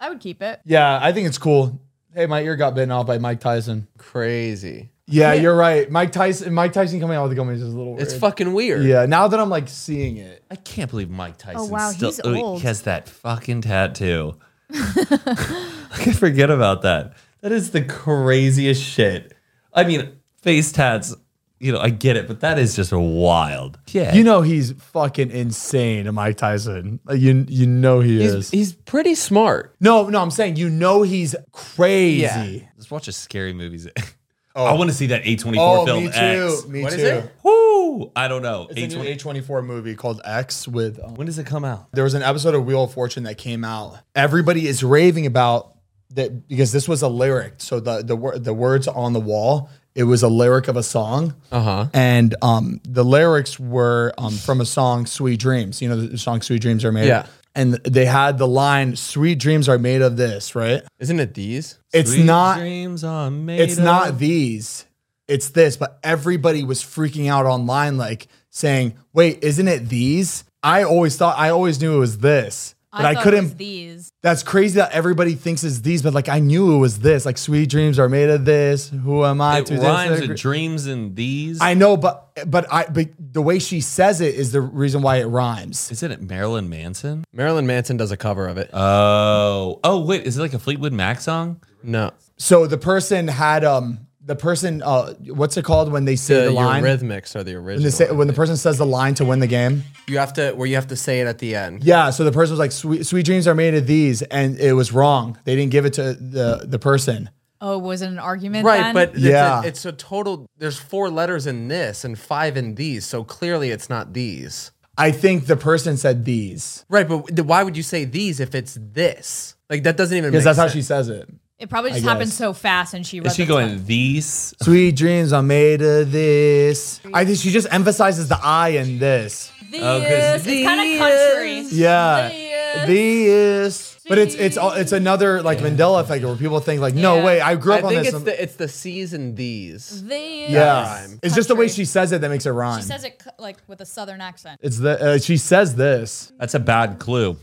S4: I would keep it.
S2: Yeah, I think it's cool. Hey, my ear got bitten off by Mike Tyson.
S5: crazy.
S2: Yeah, you're right. Mike Tyson. Mike Tyson coming out with the gummies is a little.
S5: It's
S2: weird.
S5: fucking weird.
S2: Yeah, now that I'm like seeing it.
S3: I can't believe Mike Tyson.
S4: wow,
S3: still,
S4: he's
S3: oh,
S4: old.
S3: He has that fucking tattoo. I can forget about that. That is the craziest shit. I mean, face tats. You know, I get it, but that is just wild. Yeah.
S2: You know he's fucking insane, Mike Tyson. Like, You you know he
S5: He's,
S2: is.
S5: he's pretty smart.
S2: no, no, I'm saying you know he's crazy.
S5: Yeah.
S3: Let's watch a scary movies. I want to see that A24 film X.
S2: Oh. Me
S5: What is it?
S3: Woo! I don't know.
S2: It's a new
S3: A20.
S2: A24 movie called X with. um,
S3: When does it come out?
S2: there was an episode of Wheel of Fortune that came out. Everybody is raving about that because this was a lyric. So the the wor- the words on the wall. It was a lyric of a song, uh-huh. and um, the lyrics were um, from a song "Sweet Dreams." You know the song "Sweet Dreams" are made.
S5: Yeah.
S2: And they had the line "Sweet Dreams are made of this," right?
S5: Isn't it these?
S2: It's
S3: Sweet
S2: not.
S3: Dreams are made
S2: It's
S3: of-
S2: not these. It's this. But everybody was freaking out online, like saying, "Wait, isn't it these?" I always thought. I always knew it was this, but I,
S4: thought it
S2: couldn't.
S4: was these.
S2: That's crazy that everybody thinks it's these, but like I knew it was this. Like sweet dreams are made of this. Who am I
S3: It
S2: to
S3: rhymes
S2: disagree?
S3: with dreams and these.
S2: I know, but but I but the way she says it is the reason why it rhymes.
S3: Isn't it Marilyn Manson?
S5: Marilyn Manson does a cover of it.
S2: Uh,
S3: Oh, oh wait, is it like a Fleetwood Mac song?
S5: no,
S2: So the person had um the person uh what's it called when they say
S5: the,
S2: the, line
S5: Eurythmics are the
S2: when
S5: original.
S2: they say when the person says the line to win the game.
S5: you have to where you have to say it at the end.
S2: Yeah, so the person was like sweet sweet dreams are made of these and it was wrong. They didn't give it to the the person.
S4: Oh, was it an argument?
S5: Right,
S4: then?
S5: but it's
S2: Yeah.
S5: a, it's a total. There's four letters in this and five in these, so clearly it's not these.
S2: I think the person said these
S5: Right, but th- why would you say these if it's this? Like that doesn't even.
S2: because
S5: Make
S2: that's how
S5: sense.
S2: she says it.
S4: it probably just
S2: I
S4: happened
S2: guess.
S4: so fast, and she read
S3: Is she
S4: the
S3: going
S4: text.
S3: these?
S2: Sweet dreams are made of this. I think she just emphasizes the I in this.
S4: These.
S3: Oh, 'cause
S4: it's kind of country.
S2: Yeah. This. But it's it's all it's another like Mandela effect where people think like, no
S4: Yeah.
S2: way, I grew
S5: I
S2: up on
S5: think
S2: this.
S5: it's the it's the season these.
S4: This
S2: yeah, it's just the way she
S4: country.
S2: says it that makes it rhyme.
S4: She says it c- like with a southern accent.
S2: it's the uh, she says this.
S3: That's a bad clue,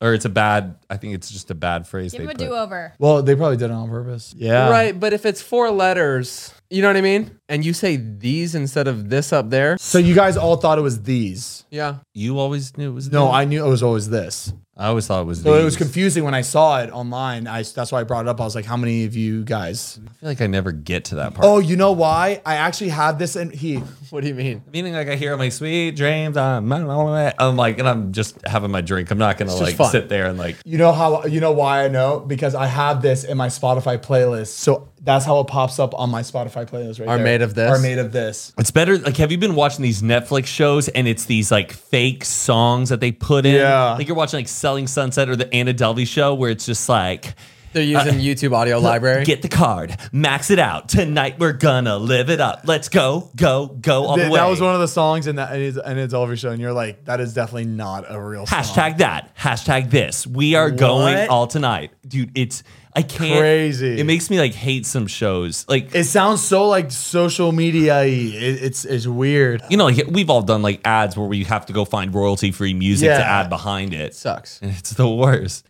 S3: or it's a bad. I think it's just a bad phrase.
S4: Give
S3: they
S4: him a
S3: put.
S4: do over.
S2: Well, they probably did it on purpose. Yeah,
S5: Right, but if it's four letters, you know what I mean? And you say these instead of this up there.
S2: So you guys all thought it was these.
S5: Yeah.
S3: You always knew it was.
S2: No,
S3: the-
S2: I knew it was always this.
S3: I always thought it was.
S2: So it was
S3: these.
S2: confusing when I saw it online. I that's why I brought it up. I was like, how many of you guys?
S3: I feel like I never get to that part.
S2: Oh, you know why? I actually have this, and he.
S5: What do you mean?
S3: Meaning, like, I hear my sweet dreams. I'm, I'm like, and I'm just having my drink. I'm not gonna
S5: just
S3: like
S5: fun.
S3: sit there and like.
S2: You know how you know why I know because I have this in my Spotify playlist. So that's how it pops up on my Spotify playlist right
S5: Are
S2: there.
S5: made of this?
S2: Are made of this.
S3: It's better. Like, have you been watching these Netflix shows and it's these like fake songs that they put in?
S2: Yeah.
S3: Like you're watching like Selling Sunset or the Anna Delvey show where it's just like,
S5: They're
S2: Uh,
S5: using YouTube audio library.
S3: get the card, max it out. Tonight we're gonna live it up. Let's go, go, go all
S2: Th-
S3: the way.
S2: that was one of the songs in that and it's and it's over show, and you're like, that is definitely not a real song.
S3: Hashtag that. Hashtag this. We are going all tonight, dude. It's I can't.
S2: Crazy.
S3: It makes me like hate some shows. Like
S2: It sounds so like social media. y. It, it's it's weird.
S3: you know, like we've all done like ads where we have to go find royalty free music
S2: Yeah.
S3: to add behind it.
S5: Sucks.
S3: And it's the worst.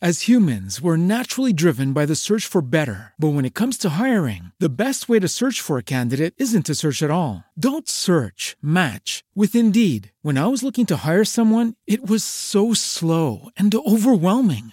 S8: As humans, we're naturally driven by the search for better. But when it comes to hiring, the best way to search for a candidate isn't to search at all. Don't search, match with Indeed. When I was looking to hire someone, it was so slow and overwhelming.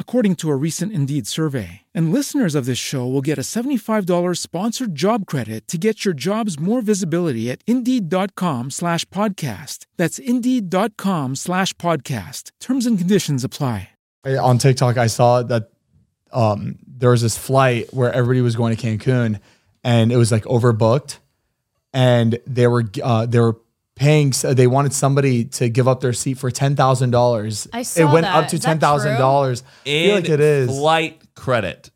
S8: according to a recent Indeed survey. And listeners of this show will get a $75 sponsored job credit to get your jobs more visibility at Indeed.com slash podcast. That's Indeed.com slash podcast. Terms and conditions apply.
S2: I- on TikTok, I saw that um, there was this flight where everybody was going to Cancun, and it was like overbooked, and they were uh, they were paying. So they wanted somebody to give up their seat for ten thousand dollars.
S4: I saw
S2: It went
S4: that.
S2: up to
S4: Is that
S2: ten thousand dollars. Feel like it is
S3: Flight credit.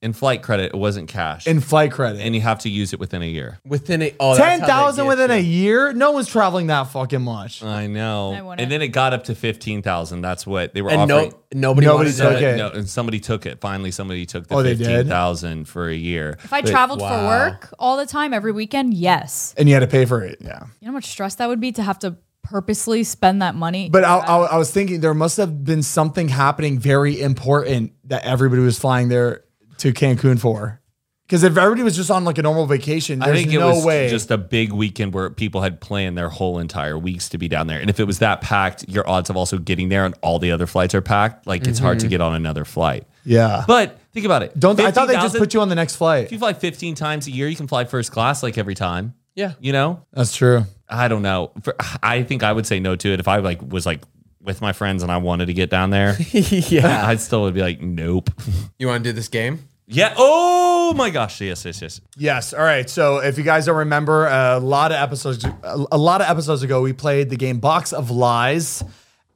S3: In flight credit, it wasn't cash.
S2: in flight credit.
S3: and you have to use it within a year.
S5: Within a oh, that's how
S2: ten
S5: they
S2: thousand
S5: get
S2: within
S5: you.
S2: a year? No one's traveling that fucking much.
S3: I know.
S4: I wouldn't.
S3: and then it got up to 15,000. That's what they were
S5: And
S3: offering.
S5: no nobody
S2: Nobody
S5: nobody
S2: took it.
S3: No, and somebody took it. Finally, somebody took the
S2: Oh, they did?
S3: 15,000 for a year.
S4: If I traveled for work all the time, every weekend, yes.
S2: And you had to pay for it. Yeah.
S4: You know how much stress that would be to have to purposely spend that money.
S2: But I, I, I was thinking there must have been something happening very important that everybody was flying there to Cancun for. Because if everybody was just on like a normal vacation,
S3: I
S2: there's
S3: think it
S2: no
S3: was
S2: way.
S3: just a big weekend where people had planned their whole entire weeks to be down there. And if it was that packed, your odds of also getting there and all the other flights are packed, like it's hard to get on another flight.
S2: yeah.
S3: But think about it.
S2: Don't I thought they just
S3: 15,000
S2: put you on the next
S3: If you
S2: flight?
S3: fly 15 times a year, you can fly first class like every time.
S5: Yeah.
S3: You know?
S2: That's true.
S3: I don't know. For, I think I would say no to it if I like was like with my friends and I wanted to get down there.
S5: yeah.
S3: I still would be like, nope.
S5: You want to do this game?
S3: yeah. Oh my gosh. Yes, yes, yes.
S2: Yes. All right. So if you guys don't remember, a lot of episodes, a lot of episodes ago, we played the game Box of Lies,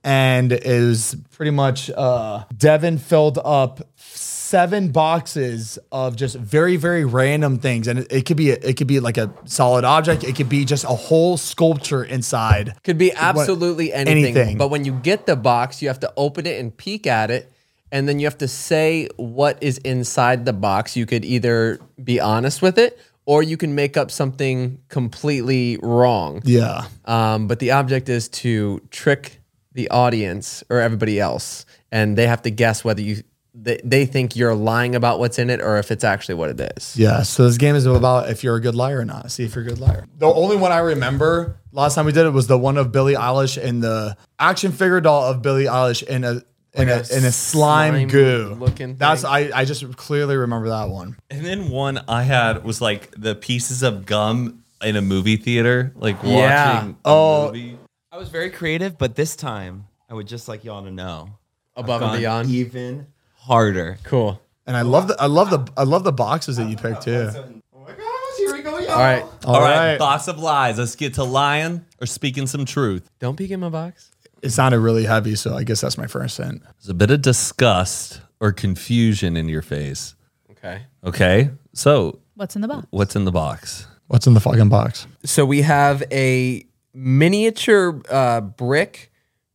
S2: and it was pretty much uh, Devin filled up seven boxes of just very, very random things, and it, it could be a, it could be like a solid object, it could be just a whole sculpture inside.
S5: Could be absolutely anything,
S2: anything.
S5: But when you get the box, you have to open it and peek at it. And then you have to say what is inside the box. You could either be honest with it or you can make up something completely wrong.
S2: Yeah.
S5: Um, but the object is to trick the audience or everybody else. And they have to guess whether you they, they think you're lying about what's in it or if it's actually what it is.
S2: Yeah, so this game is about if you're a good liar or not. See if you're a good liar. The only one I remember last time we did it was the one of Billie Eilish and the action figure doll of Billie Eilish in a in a, in a slime,
S5: slime
S2: goo.
S5: looking
S2: That's
S5: thing.
S2: I I just clearly remember that one.
S3: And then one I had was like the pieces of gum in a movie theater, like
S5: Yeah.
S3: watching.
S2: Oh.
S3: A movie.
S9: I was very creative, but this time I would just like y'all to know
S5: above and
S3: gone
S5: beyond.
S3: even harder.
S5: Cool.
S2: And I love the I love the I love the boxes that you picked too.
S5: All right.
S3: All right.
S2: right.
S3: box of lies. Let's get to lying or speaking some truth.
S5: Don't peek in my box.
S2: It sounded really heavy, so I guess that's my first hint.
S3: There's a bit of disgust or confusion in your face.
S5: Okay.
S3: Okay, so
S4: What's in the box?
S3: what's in the box?
S2: What's in the fucking box?
S5: So we have a miniature uh, brick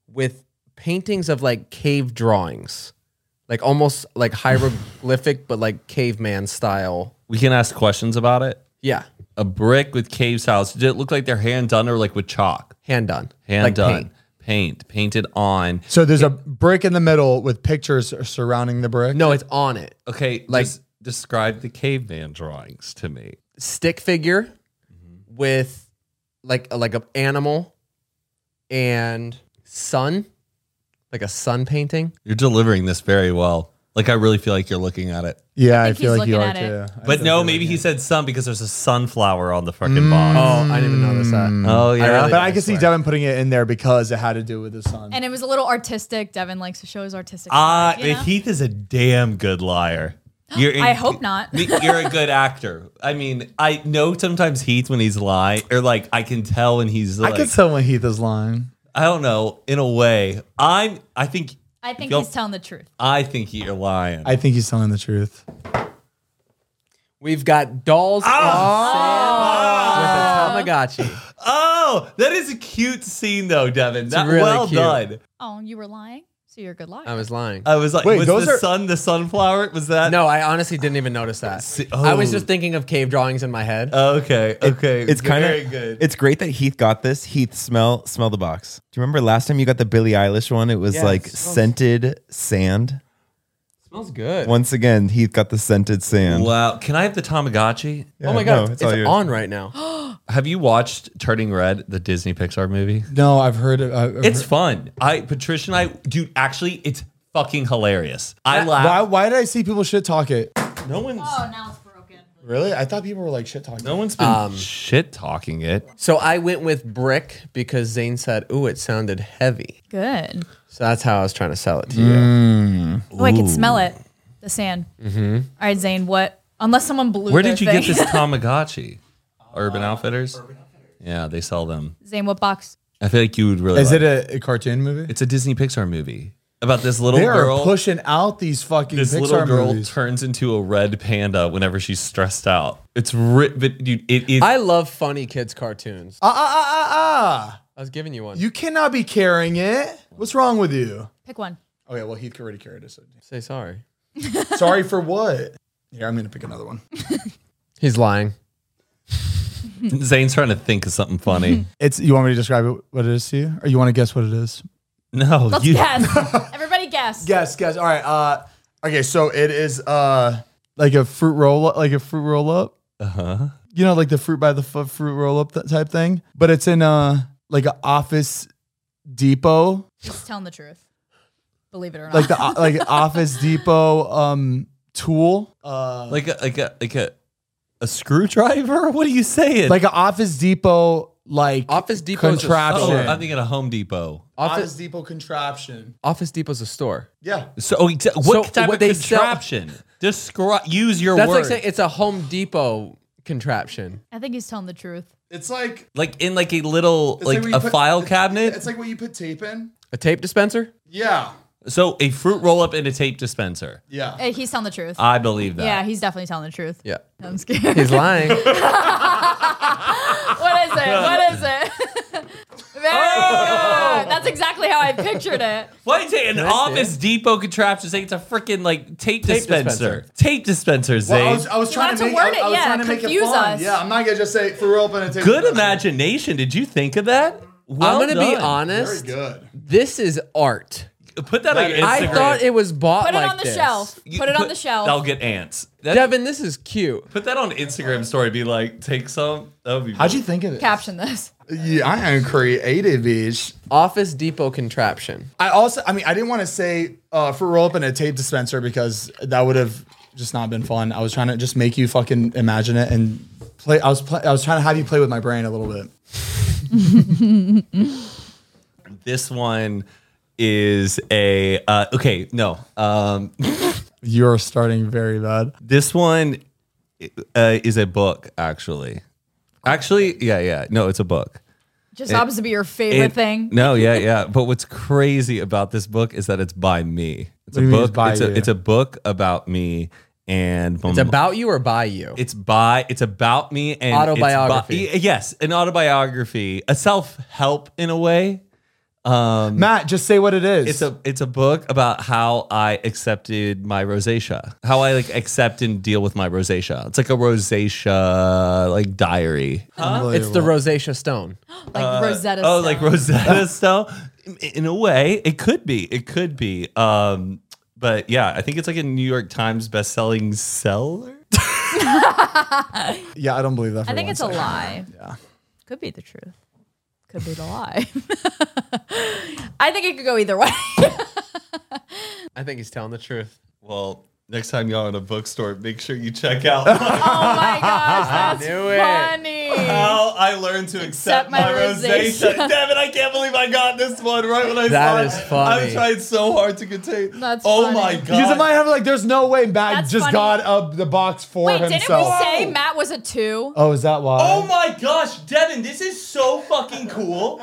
S5: with paintings of like cave drawings, like almost like hieroglyphic, but like caveman style.
S3: We can ask questions about it.
S5: Yeah,
S3: A brick with cave tiles. Did it look like they're hand done or like with chalk?
S5: hand done,
S3: Hand
S5: Like
S3: done.
S5: paint.
S3: Paint. Painted on.
S2: So there's a brick in the middle with pictures surrounding the brick.
S5: No, it's on it.
S3: Okay,
S5: Like-
S3: just describe the caveman drawings to me.
S5: Stick figure with like a, like a animal and sun, like a sun painting.
S3: You're delivering this very well. Like I really feel like you're looking at it.
S2: Yeah, I,
S4: think
S2: feel
S4: he's
S2: like you
S4: looking
S2: are
S4: at it.
S2: too. I
S3: But
S2: feel
S3: no,
S2: like
S3: maybe
S2: you're
S3: he said sun because there's a sunflower on the fucking
S5: Oh,
S3: box.
S5: I didn't even notice that.
S3: Oh
S5: I
S3: yeah.
S5: really-
S2: But I can see Devin putting it in there because it had to do with his son.
S4: And it was a little artistic. Devin likes to show his artistic.
S3: Ah,
S4: talent, you know? Oh,
S3: Heath is a damn good liar. You're
S4: I hope not.
S3: You're a good actor. I mean, I know sometimes Heath when he's lying, or like I can tell when he's
S2: I
S3: like, I,
S2: could tell when Heath is lying.
S3: don't know. In a way, I'm. I think.
S4: I think
S3: Yo-
S4: he's telling the truth.
S3: I think you're lying.
S2: I think he's telling the truth.
S5: We've got dolls on sale with a Tamagotchi.
S3: oh, that is a cute scene though, Devin. That
S5: really
S3: well
S5: cute.
S3: done.
S4: Oh, you were lying? So you're a good liar.
S5: I was lying.
S3: I was like,
S2: Wait,
S3: was
S2: those
S3: the
S2: are-
S3: sun the sunflower? Was that
S5: No, I honestly didn't even notice that.
S3: Uh, See-
S5: I was
S3: oh. Uh,
S5: just thinking of cave drawings in my head.
S3: Okay. Okay.
S6: It's kind
S3: very
S6: of
S3: good.
S6: It's great that Heath got this. Heath, smell smell the box. Do you remember last time you got the Billie Eilish one? It was
S5: Yeah, it
S6: like
S5: smells-
S6: scented sand.
S5: smells good.
S6: Once again, Heath got the scented sand.
S3: wow. Can I have the Tamagotchi?
S6: Yeah,
S5: oh my
S6: no,
S5: god, it's,
S6: all yours.
S5: on right now.
S3: Have you watched Turning Red, the Disney Pixar movie?
S2: No, I've heard. Of, I've
S3: It's
S2: heard-
S3: fun. I Patricia and I, dude. Actually, it's fucking hilarious. I
S2: why.
S3: laugh.
S2: Why did I see people shit talk it?
S3: No one's
S4: oh, now it's broken.
S2: Really? I thought people were like shit talking.
S3: no one's been shit talking it.
S5: So I went with brick because Zane said, "Ooh, it sounded heavy."
S4: Good.
S5: So that's how I was trying to sell it to you.
S4: Oh, I can smell it. The sand. Mm-hmm. right, Zane, what? Unless someone blew
S3: Where
S4: their
S3: did you
S4: thing.
S3: get this Tamagotchi? Uh, Urban Outfitters. Yeah, they sell them.
S4: Zane, what box?
S3: I feel like you would really.
S2: Is
S3: like
S2: it a, a cartoon movie?
S3: It's a Disney Pixar movie about this little
S2: They
S3: girl.
S2: are pushing out these fucking
S3: this
S2: Pixar
S3: little girl
S2: movies.
S3: turns into a red panda whenever she's stressed out. It's ri- but dude. It is.
S5: I love funny kids cartoons.
S2: ah ah ah ah ah!
S5: I was giving you one.
S2: You cannot be carrying it. What's wrong with you?
S4: Pick one.
S2: Okay, well Heath already carried it. so-
S5: Say sorry.
S2: Sorry for what? Yeah, I'm gonna pick another one.
S5: He's lying.
S3: Zane's trying to think of something funny.
S2: It's you want me to describe it, what it is to you, or you want to guess what it is?
S3: no,
S4: Let's
S3: you.
S4: guess. Everybody guess.
S2: Guess, guess. All right. Uh, okay. So it is uh like a fruit roll, like a fruit roll up.
S3: Uh huh.
S2: You know, like the fruit by the foot, fruit roll up that type thing. But it's in uh like an office depot,
S4: He's telling the truth. Believe it or not.
S2: like the o- like office depot um tool, uh
S3: like a like a like a a screwdriver? What are you saying?
S2: like an office depot like
S5: Office Depot.
S2: contraption.
S3: oh, I'm thinking a Home Depot.
S2: office
S5: Office,
S2: depot contraption.
S5: Office Depot's a store.
S2: Yeah.
S3: So oh, exa- what
S5: So
S3: type
S5: what
S3: of
S5: they sell-
S3: contraption? Describe. Use your
S5: That's
S3: word.
S5: like saying it's a Home Depot contraption.
S4: I think he's telling the truth.
S2: It's like
S3: like in like a little like,
S2: where you
S3: a
S2: put-
S3: file cabinet.
S2: like what you put tape in.
S5: A tape dispenser?
S2: Yeah.
S3: so a fruit roll up and a tape dispenser.
S2: Yeah.
S4: Hey, Eh, he's telling the truth.
S3: I believe that.
S4: yeah, he's definitely telling the truth.
S5: Yeah.
S4: I'm scared.
S5: He's lying.
S4: What is it? What is it? Very good. That's exactly how I pictured it.
S3: Why did you say an Office Depot contraption? Say it's a freaking like tape, dispenser.
S5: dispenser.
S3: Tape dispenser, Zane.
S2: Well, I was, I was
S4: You
S2: trying
S4: wanted
S2: to
S4: to
S2: make,
S4: word
S2: I, I
S4: it,
S2: was
S4: yeah,
S2: trying to make it
S4: confuse
S2: fun.
S4: us.
S2: Yeah, I'm not gonna just say for real, but it's
S3: Good imagination. Did you think of that? Well
S5: I'm gonna be
S3: done.
S5: honest.
S2: Good.
S5: This is art.
S3: Put that on your Instagram.
S5: I thought it was bought
S4: Put it
S5: like
S4: on the
S5: this.
S4: shelf.
S3: You-
S4: Put it on the shelf.
S3: I'll get ants. That-
S5: Devin, this is cute.
S3: Put that on Instagram story. Be like, take some. That would be.
S2: How'd you think of it?
S4: Caption this.
S2: Yeah, I am creative, bitch.
S5: Office Depot contraption.
S2: I also, I mean, I didn't want to say uh, for roll up in a tape dispenser because that would have just not been fun. I was trying to just make you fucking imagine it and play. I was, play, I was trying to have you play with my brain a little bit.
S3: This one is a uh, okay. No, um,
S2: You're starting very bad.
S3: this one uh, is a book actually. Actually, yeah, yeah. No, it's a book.
S4: Just happens to be your favorite
S3: And-
S4: thing.
S3: No, yeah, yeah. But what's crazy about this book is that it's by me.
S2: What
S3: It's
S2: do
S3: a
S2: you mean
S3: book.
S2: it's by
S3: it's, a,
S2: you?
S3: it's a book about me and
S5: It's about you or by you?
S3: It's by. It's about me and it's by-
S5: Autobiography.
S3: yes, an autobiography, a self help in a way. Um,
S2: Matt, just say what it is.
S3: it's a it's a book about how I accepted my rosacea, how I like accept and deal with my rosacea. It's like a rosacea like diary.
S5: It's the rosacea stone.
S4: Like Rosetta
S3: Oh,
S4: Stone.
S3: like Rosetta Stone. In- In a way, it could be. It could be. Um, but yeah, I think it's like a New York Times best-selling seller.
S2: yeah, I don't believe that. For
S4: I think
S2: one
S4: it's a
S2: second.
S4: lie. Yeah. Could be the truth. Could be the lie. I think it could go either way.
S5: I think he's telling the truth.
S3: Well, next time y'all in a bookstore, make sure you check out
S4: Oh my gosh, that's funny.
S3: how I learned to accept, my,
S4: my
S3: rosacea.
S4: rosacea.
S3: Damn it! I can't believe I got this one right when I
S5: That
S3: saw it.
S5: is funny.
S3: I'm trying so hard to contain.
S4: That's
S3: oh
S4: funny.
S3: my
S2: Because in my
S3: god.
S2: head, I'm like, there's no way Matt
S4: That's
S2: just
S4: funny.
S2: got up the box for
S4: Wait, didn't
S2: himself.
S4: we say Matt was a two?
S2: oh, is that why?
S3: Oh my gosh, Devin, this is so fucking cool.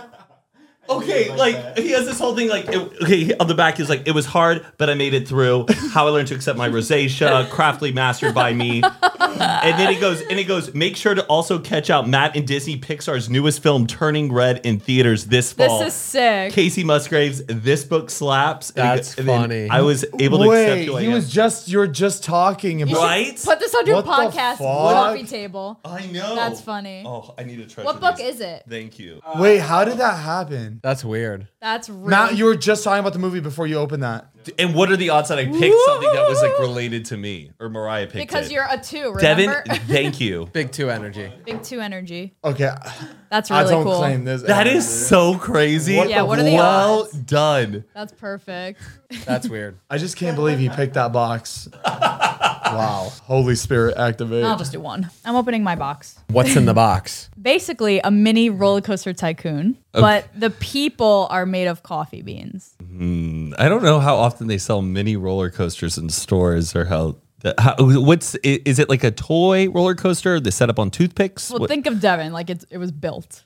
S3: Okay, like he has this whole thing, like it, okay, on the back he's like, it was hard, but I made it through. How I learned to accept my rosacea, craftily mastered by me. And then he goes, and he goes, make sure to also catch out Matt and Disney Pixar's newest film, Turning Red, in theaters this
S4: This
S3: fall.
S4: is sick.
S3: Casey Musgraves, this book slaps. And he-
S5: That's
S3: and then
S5: funny.
S3: I was able to accept
S2: Wait,
S3: who I
S2: he
S3: am.
S2: was just you're just talking about.
S3: right.
S4: Put this on your
S2: What the
S4: podcast
S2: fuck?
S4: coffee table.
S6: Oh,
S3: I know.
S4: That's funny.
S3: Oh, I need to try.
S4: What book is it?
S3: Thank you.
S2: Wait, how did that happen?
S5: That's weird.
S4: That's really
S2: Matt, you were just talking about the movie before you opened that.
S3: And what are the odds that I picked something that was like related to me or Mariah picked
S4: because
S3: it?
S4: you're a two,
S3: Devin,
S4: remember?
S3: thank you.
S5: Big two energy.
S4: Big two energy.
S2: Okay,
S4: That's
S2: I
S4: really
S2: don't
S4: cool.
S2: claim this.
S3: That is so crazy.
S4: Yeah, what are the
S3: well
S4: odds?
S3: done.
S4: That's perfect.
S5: That's weird.
S2: I just can't believe he picked that box. wow, Holy Spirit activate.
S4: I'll just do one. I'm opening my box.
S5: What's in the box?
S4: Basically, a mini roller coaster tycoon, but the people are made of coffee beans.
S3: I don't know how often they sell mini roller coasters in stores or how. the- How, what's i- is it like a toy roller coaster? They set up on toothpicks.
S4: Well,
S3: What-
S4: think of Devon. Like it's, it was built,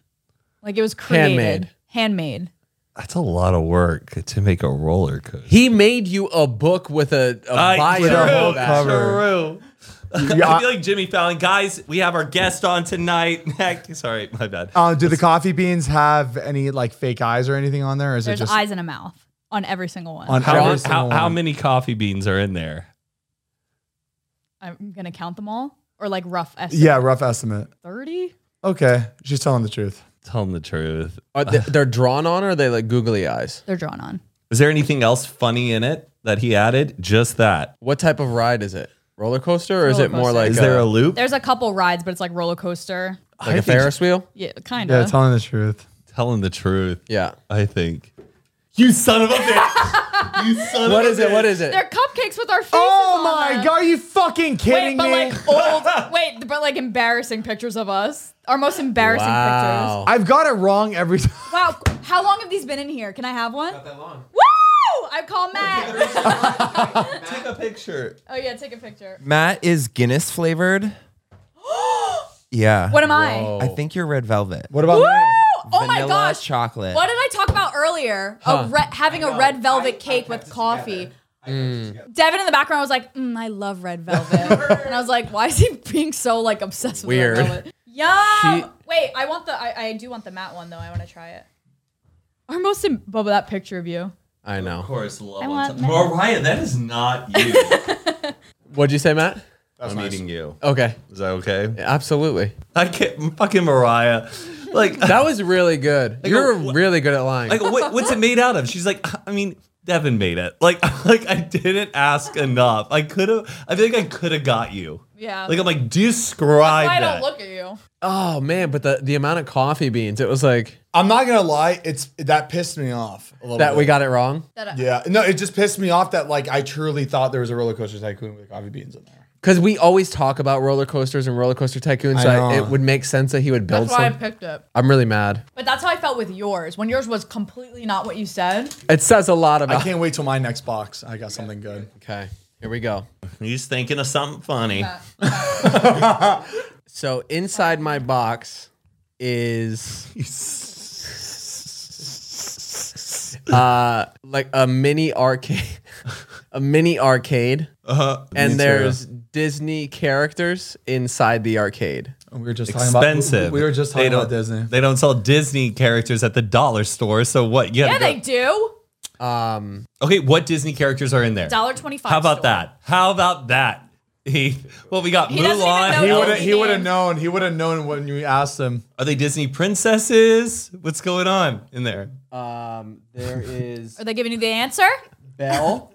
S4: like it was created, handmade.
S3: that's a lot of work to make a roller coaster.
S5: He made you a book with a, a bio.
S3: true,
S5: on the
S2: whole
S5: back.
S2: cover.
S3: True. I feel like Jimmy Fallon. Guys, we have our guest on tonight. Sorry, my bad.
S2: Uh, do the coffee beans have any like fake eyes or anything on there? Or is
S4: There's
S2: it just
S4: eyes and a mouth on every single one.
S2: on
S3: How,
S2: every
S3: how,
S2: single
S3: how
S2: one?
S3: many coffee beans are in there?
S4: I'm gonna count them all, or like rough estimate.
S2: Yeah, rough estimate.
S4: thirty.
S2: Okay, she's telling the truth.
S3: Tell them the truth.
S5: Are they, they're drawn on or are they like googly eyes?
S4: They're drawn on.
S3: Is there anything else funny in it that he added? Just that.
S5: What type of ride is it? Roller coaster or is it
S4: Roller
S5: more
S4: coaster.
S5: like
S3: Is there
S5: a,
S3: a loop?
S4: There's a couple rides, but it's like roller coaster.
S5: like a Ferris wheel?
S4: Yeah, kind
S2: Yeah,
S4: of.
S2: telling the truth.
S3: Telling the truth.
S5: Yeah.
S3: I think. You son of a bitch. you son
S5: What
S3: of
S5: is
S3: a bitch.
S5: it? What is it?
S4: They're cupcakes with our faces.
S2: Oh
S4: on
S2: my
S4: them.
S2: god, are you fucking
S4: Wait,
S2: kidding
S4: but
S2: me?
S4: like old. wait, but like embarrassing pictures of us. Our most embarrassing
S5: Wow.
S2: I've got it wrong every time.
S4: pictures. Wow. How long have these been in here? Can I have one? Not that long. Woo! I call Matt.
S3: Take a picture.
S4: oh yeah, take a picture.
S6: Matt is Guinness flavored. Yeah.
S4: What am I?
S5: Oh.
S6: I think you're red velvet.
S2: What about
S4: Woo!
S2: me?
S4: Oh my
S6: Vanilla
S4: gosh.
S6: chocolate.
S4: What did I talk about earlier? A re- having a red velvet cake with coffee.
S3: Hmm.
S4: Devin in the background was like, mm, "I love red velvet," and I was like, "Why is he being so like obsessed with
S5: Weird.
S4: red velvet?" Yum.
S5: She-
S4: Wait, I want the. I, I do want the matte one though. I want to try it. Our most im- Bubba, that picture of you.
S5: I
S3: Of
S5: know.
S3: course, love
S4: I
S3: on
S4: want
S3: top. Mariah, that is not you.
S5: What'd you say, Matt?
S3: I'm eating you.
S5: Okay.
S3: Is that okay?
S5: Absolutely.
S3: I can't fucking Mariah. Like
S5: That was really good. You're really good at lying.
S3: Like, what, what's it made out of? She's like, I mean, Devin made it. Like, like I didn't ask enough. I could have. I feel like I could have got you.
S4: Yeah.
S3: Like, I'm like, describe
S4: Why I
S3: that.
S4: don't look at you?
S5: oh man, but the, the amount of coffee beans, it was like
S2: I'm not gonna lie, it's that pissed me off a little
S5: that
S2: bit.
S5: we got it wrong.
S4: That I-
S2: Yeah, no, it just pissed me off that like I truly thought there was a roller coaster tycoon with coffee beans in there.
S5: Because we always talk about roller coasters and roller coaster tycoons, so
S2: I
S5: I-
S2: know.
S5: it would make sense that he would build
S4: That's why I
S5: some.
S4: picked it.
S5: I'm really mad.
S4: But that's how I felt with yours. When yours was completely not what you said.
S5: It says a lot
S2: I
S5: about.
S2: can't wait till my next box. I got something good.
S5: Okay, here we go.
S3: He's thinking of something funny.
S5: So inside my box is uh like a mini arcade a mini arcade
S3: Uh,
S5: and there's Disney characters inside the arcade.
S2: And we were just talking
S3: expensive.
S2: about we were just
S3: They
S2: talking about
S3: don't-
S2: Disney.
S3: They don't sell Disney characters at the dollar store. So what? You
S4: Yeah,
S3: gotta
S4: they
S3: go-
S4: do.
S5: Um
S3: Okay, what Disney characters are in there?
S4: Dollar twenty-five.
S3: How about
S4: store.
S3: that? How about that? He, well, we got
S4: He doesn't
S3: Mulan.
S4: even
S2: he
S4: know
S2: would have he
S4: LCD.
S2: would have known. He would have known when you asked him.
S3: Are they Disney princesses? What's going on in there?
S5: um there is
S4: Are they giving you the answer?
S5: Belle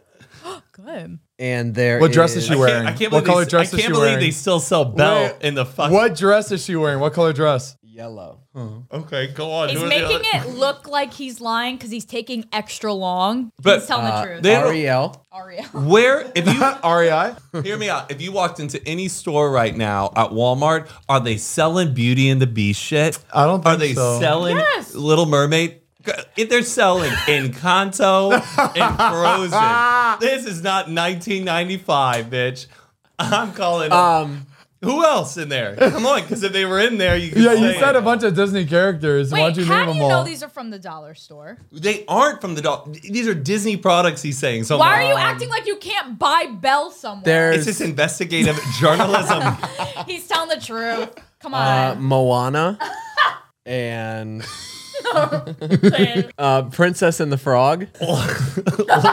S4: Good.
S5: and there
S2: What dress is
S5: is-
S2: she wearing?
S3: I can't
S2: what
S3: believe,
S2: color
S3: they,
S2: dress
S3: I
S2: is she
S3: can't believe
S2: wearing?
S3: they still sell Belle
S2: Wait,
S3: in the fucking.
S2: What dress is she wearing? What color dress?
S5: Yellow.
S3: Okay, go on.
S4: Is
S3: who are the
S4: making
S3: other-
S4: it look like he's lying because he's taking extra long.
S3: But,
S4: he's telling
S5: Uh,
S4: the truth.
S3: they-
S5: Ariel.
S4: Ariel.
S3: Where, if you
S2: REI?
S3: Hear me out. If you walked into any store right now at Walmart, are they selling Beauty and the Beast shit?
S2: I don't
S3: Are
S2: think
S3: they
S2: so.
S3: selling
S4: Yes.
S3: Little Mermaid? If they're selling Encanto and Frozen, this is not 1995, bitch. I'm calling.
S5: Um
S3: Who else in there? Come on, because if they were in there, you could
S2: Yeah, you
S3: say
S2: said
S3: it.
S2: a bunch of Disney characters. Why
S4: Wait,
S2: don't you
S4: how
S2: name
S4: do you
S2: them all?
S4: know these are from the dollar store?
S3: They aren't from the dog. These are Disney products. He's saying. So I'm
S4: Why
S3: like, "Oh,
S4: are you acting like you can't buy Bell somewhere?
S3: It's
S5: there's
S3: just investigative journalism.
S4: He's telling the truth. Come
S5: uh,
S4: on.
S5: Moana and
S4: Listen.
S5: uh, Princess and the Frog. um,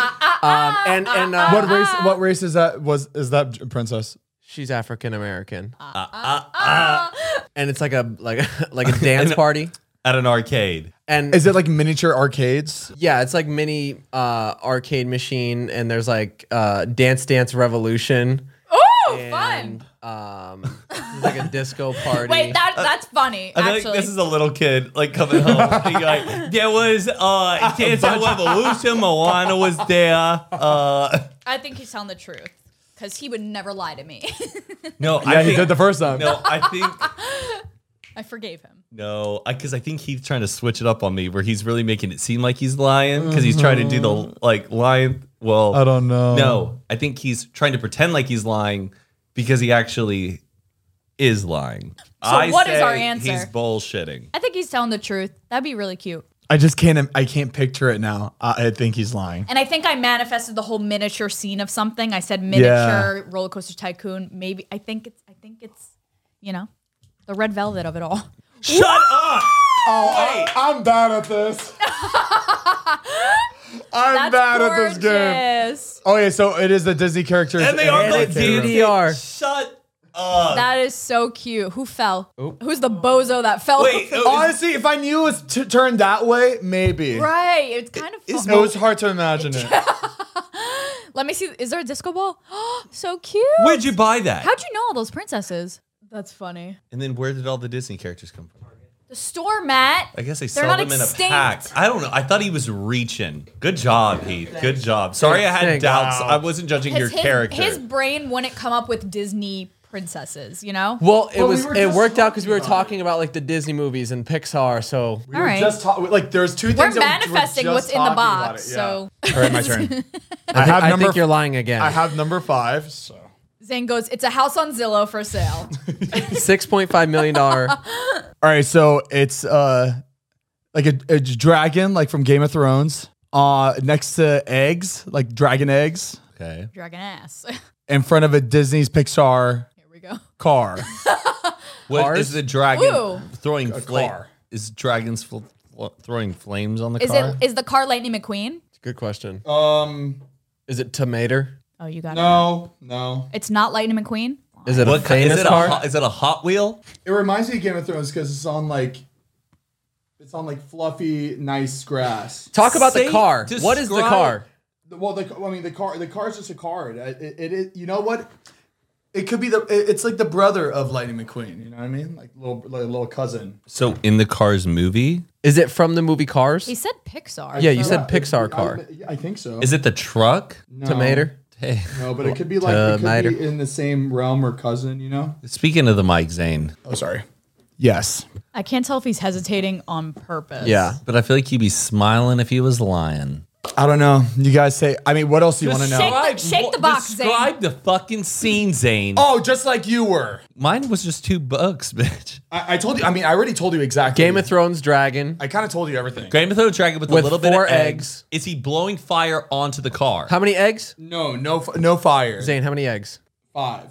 S4: Ah.
S5: and and uh,
S2: what race? What race is that? Was is that princess?
S5: she's African American,
S4: Uh,
S5: and it's like a like a- like a dance party,
S3: at an arcade.
S5: and
S2: Is it like miniature arcades?
S5: yeah, it's like mini uh, arcade machine, and there's like uh, Dance Dance Revolution,
S4: Ooh,
S5: and
S4: fun.
S5: um, it's like a disco party.
S4: Wait, that that's funny.
S3: Uh, I feel
S4: actually,
S3: like this is a little kid like coming home. being like, there was uh, Dance of Evolution. Moana was there. Uh,
S4: I think he's telling the truth because he would never lie to me.
S3: no,
S2: Yeah,
S3: I
S2: he
S3: think,
S2: did the first time.
S3: No, I think
S4: I forgave him.
S3: no, because I, think he's trying to switch it up on me, where he's really making it seem like he's lying because he's trying to do the like lying. Well,
S2: Mm-hmm. I don't know.
S3: No, I think he's trying to pretend like he's lying because he actually is lying. So
S4: what is our answer?
S3: He's bullshitting.
S4: I think he's telling the truth. That'd be really cute.
S2: I just can't. I can't picture it now. I, I think he's lying.
S4: And I think I manifested the whole miniature scene of something. I said miniature roller coaster tycoon. Maybe I think it's I think it's you know the red velvet of it all.
S3: Shut up!
S2: Oh, I, I'm bad at this. I'm bad at this game.
S4: gorgeous.
S2: Oh yeah, so it is the Disney characters.
S3: And they are
S2: in
S3: the
S2: arcade room.
S5: Disney- DDR.
S3: Shut
S2: Uh.
S3: up!
S4: That is so cute. Who fell?
S2: Oh.
S4: Who's the bozo that fell?
S3: Wait, oh,
S2: Honestly, if I knew it was t- turned that way, maybe.
S4: right. It's kind of
S2: It
S4: fun.
S2: was hard to imagine it.
S4: Let me see. Is there a disco ball? so cute.
S3: Where'd you buy that?
S4: How'd you know all those princesses? That's funny.
S3: and then where did all the Disney characters come from?
S4: The store, Matt.
S3: I guess they
S4: They're
S3: sell
S4: not
S3: them in
S4: extinct.
S3: a pack. I don't know. I thought he was reaching. Good job, Heath. Good job. Sorry, I had
S5: Thanks.
S3: doubts. I wasn't judging your
S4: Because his,
S3: character.
S4: his brain wouldn't come up with Disney princesses, you know?
S5: Well, it
S2: Well, we
S5: was
S2: were
S5: it
S2: just
S5: worked out because we were talking about like the Disney movies and Pixar. So
S4: All right.
S2: Just talk, like there's two
S4: we're
S2: things. that we
S4: manifesting
S2: just
S4: what's in the
S2: talking about
S4: box.
S2: it, yeah.
S4: So
S2: All right, my turn. I have
S5: I
S2: number.
S5: think you're lying again.
S2: I have number five. So
S4: Zane goes, It's a house on Zillow for sale.
S5: Six point five million dollar.
S2: All right, so it's uh like a, a dragon, like from Game of Thrones, uh next to eggs, like dragon eggs,
S3: okay.
S4: Dragon ass.
S2: in front of a Disney's Pixar
S4: Here we go.
S2: car.
S3: What is
S5: Cars?
S3: the dragon
S4: Ooh.
S3: throwing flame?
S2: car.
S3: Is dragons fl- fl- throwing flames on the
S4: Is
S3: car?
S4: it is the car Lightning McQueen?
S5: Good question.
S2: um,
S5: Is it tomato?
S4: Oh, you got it.
S2: no, no.
S4: It's not Lightning McQueen.
S5: Is it
S3: What
S5: a
S3: ki-
S5: famous
S3: is it? A,
S5: car?
S3: hot- is it a Hot Wheel?
S2: It reminds me of Game of Thrones because it's on like it's on like fluffy, nice grass.
S5: Talk about
S3: Say-
S5: the car. What is the
S3: describe-
S5: car?
S2: Well, the I mean the car, the car is just a car. It, it, it is- you know what? It could be the it- it's like the brother of Lightning McQueen. You know what I mean? Like little like little cousin.
S3: So in the Cars movie,
S5: Is it from the movie Cars?
S4: He said Pixar.
S5: yeah, you
S4: so-
S5: said Pixar car.
S2: I, I think so.
S3: is it the truck?
S2: No.
S5: Tomato.
S3: Hey,
S2: No, but it could be like it
S5: Tomato.
S2: could be in the same realm or cousin, you know?
S3: speaking of the mic, Zane,
S2: Oh, sorry. Yes.
S4: I can't tell if he's hesitating on purpose.
S5: Yeah.
S3: but I feel like he'd be smiling if he was lying.
S2: I don't know. You guys say. I mean, what else do you want to know?
S4: shake the- shake the box, Zane.
S3: Describe the fucking scene, Zane.
S2: Oh, just like you were.
S3: Mine was just two bucks, bitch.
S2: I, I told you. I mean, I already told you exactly.
S5: Game of Thrones dragon.
S2: I kind of told you everything.
S3: Game of Thrones dragon with,
S5: With
S3: a little bit of
S5: four eggs.
S3: eggs. Is he blowing fire onto the car?
S5: How many eggs?
S2: No, no, f- no fire.
S5: Zane, how many eggs?
S2: Five.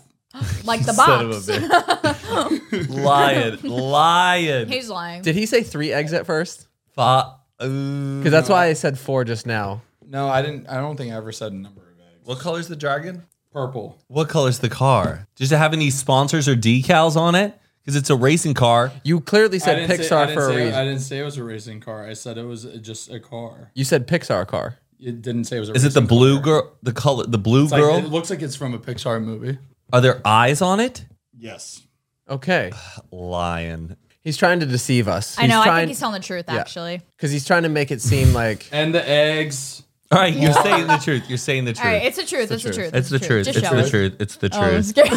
S4: Like the
S3: Son of a
S4: box.
S3: bitch. lion, lion.
S4: He's lying.
S5: Did he say three eggs at first?
S3: Fa-
S5: Because that's why I said four just now.
S2: No, I didn't. I don't think I ever said a number of eggs.
S3: what color's the dragon?
S2: Purple.
S3: What color's the car? Does it have any sponsors or decals on it? Because it's a racing car.
S5: You clearly
S2: I
S5: said
S2: didn't say- I
S5: Pixar
S2: didn't
S5: for a
S2: say-
S5: reason.
S2: I didn't say it was a racing car. I said it was just a car.
S5: you said Pixar car.
S2: It didn't say it was a
S3: Is it the
S2: racing
S3: blue
S2: car.
S3: girl? The color, the blue
S2: It's like-
S3: girl.
S2: it looks like it's from a Pixar movie.
S3: Are there eyes on it?
S2: Yes.
S5: Okay.
S3: Lion.
S5: He's trying to deceive us.
S4: I know.
S5: He's
S4: I
S5: trying,
S4: think he's telling the truth, actually.
S5: Because he's trying to make it seem like.
S2: And the eggs.
S3: All right, you're saying the truth. You're saying the truth.
S4: All right, it's the truth. It's the truth.
S3: it's the truth.
S4: Just
S3: It's
S4: show
S3: the
S4: us.
S3: truth. It's the
S4: Oh, I'm
S3: truth.
S4: scared.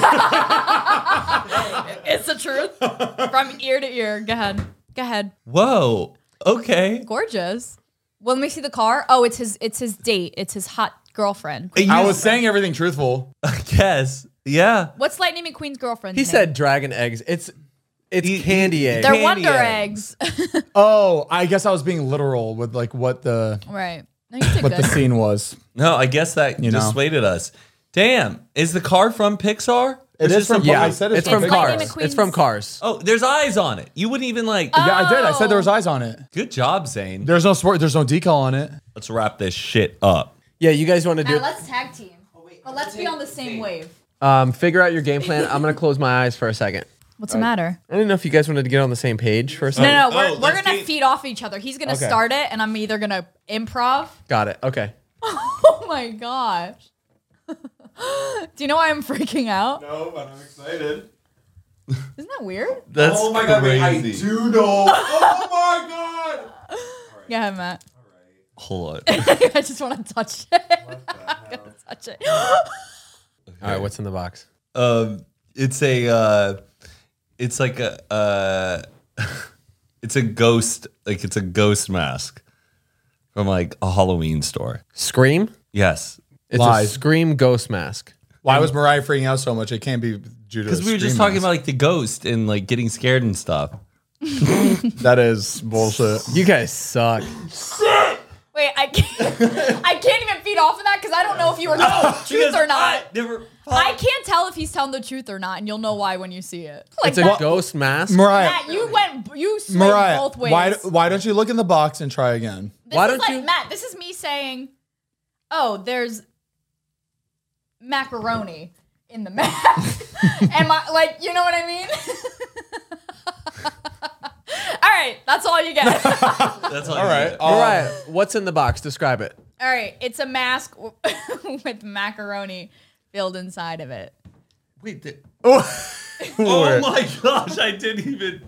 S4: it's the truth from ear to ear. Go ahead. Go ahead.
S3: Whoa. Okay.
S4: Gorgeous. Well, let me see the car. Oh, it's his. It's his date. It's his hot girlfriend.
S2: I was saying everything truthful.
S3: I guess. Yeah.
S4: What's Lightning McQueen's girlfriend's
S5: He
S4: name?
S5: said dragon eggs. It's it's
S3: He- he-
S5: candy eggs.
S4: they're
S3: candy
S4: Wonder
S3: eggs.
S4: eggs.
S2: Oh, I guess I was being literal with like what the
S4: right. No, you did
S2: what the
S4: good.
S2: scene was.
S3: No, I guess that
S2: You know.
S3: dissuaded us. Damn. Is the car from Pixar? Or
S2: It is
S3: just
S2: from-
S3: a-
S5: yeah,
S2: I said it's
S5: it's from
S2: from
S5: Cars.
S4: Lightning
S5: It's from
S4: McQueen's-
S5: Cars.
S3: Oh, there's eyes on it. You wouldn't even like.
S4: Uh,
S2: Yeah, I did. I said there was eyes on it.
S3: Good job, Zane.
S2: There's no sport. There's no decal on it.
S3: Let's wrap this shit up.
S5: Yeah, you guys want to do
S4: Now let's tag team.
S2: Oh,
S4: But let's be on the same wave.
S5: um figure out your game plan. I'm gonna close my eyes for a second.
S4: What's the matter?
S5: I didn't know if you guys wanted to get on the same page for a second.
S4: No, no, we're,
S3: Oh,
S4: we're
S3: let's
S4: gonna
S3: keep-
S4: feed off each other. He's gonna
S5: Okay.
S4: start it, and I'm either gonna improv.
S5: Got it. Okay.
S4: Oh my gosh! Do you know why I'm freaking out?
S2: No, but I'm excited.
S4: Isn't that weird?
S3: That's crazy.
S2: do know. oh my god.
S4: Go ahead, Matt.
S3: Hold on.
S4: I just want to touch it. I'm gonna touch it.
S5: All right, what's in the box?
S3: um, it's a uh, it's like a uh, it's a ghost like it's a ghost mask from like a Halloween store.
S5: Scream?
S3: Yes,
S5: It's
S2: Lies.
S5: a Scream ghost mask.
S2: Why was Mariah freaking out so much? It can't be due to
S3: because we were just talking about like the ghost and like getting scared and stuff.
S2: that is bullshit.
S5: You guys suck.
S4: Wait, I can't. I can't even feed off of that because I don't know if you were telling the truth or not.
S3: never.
S4: I can't tell if he's telling the truth or not, and you'll know why when you see it. Like
S5: It's a
S4: that,
S5: ghost mask.
S2: Mariah,
S4: Matt, you went, you swayed
S2: Mariah,
S4: both ways.
S2: why why don't you look in the box and try again?
S4: This
S5: Why
S4: is
S5: don't
S4: like,
S5: you-
S4: Matt? This is me saying, "Oh, there's macaroni in the mac." Am I like, you know what I mean? all right, that's all you get. all
S3: That's all,
S2: All right.
S3: right.
S5: Mariah, what's in the box? Describe it.
S4: right, it's a mask w- with macaroni filled inside of it.
S3: Wait. th-
S2: Lord.
S3: Oh my gosh! I didn't even.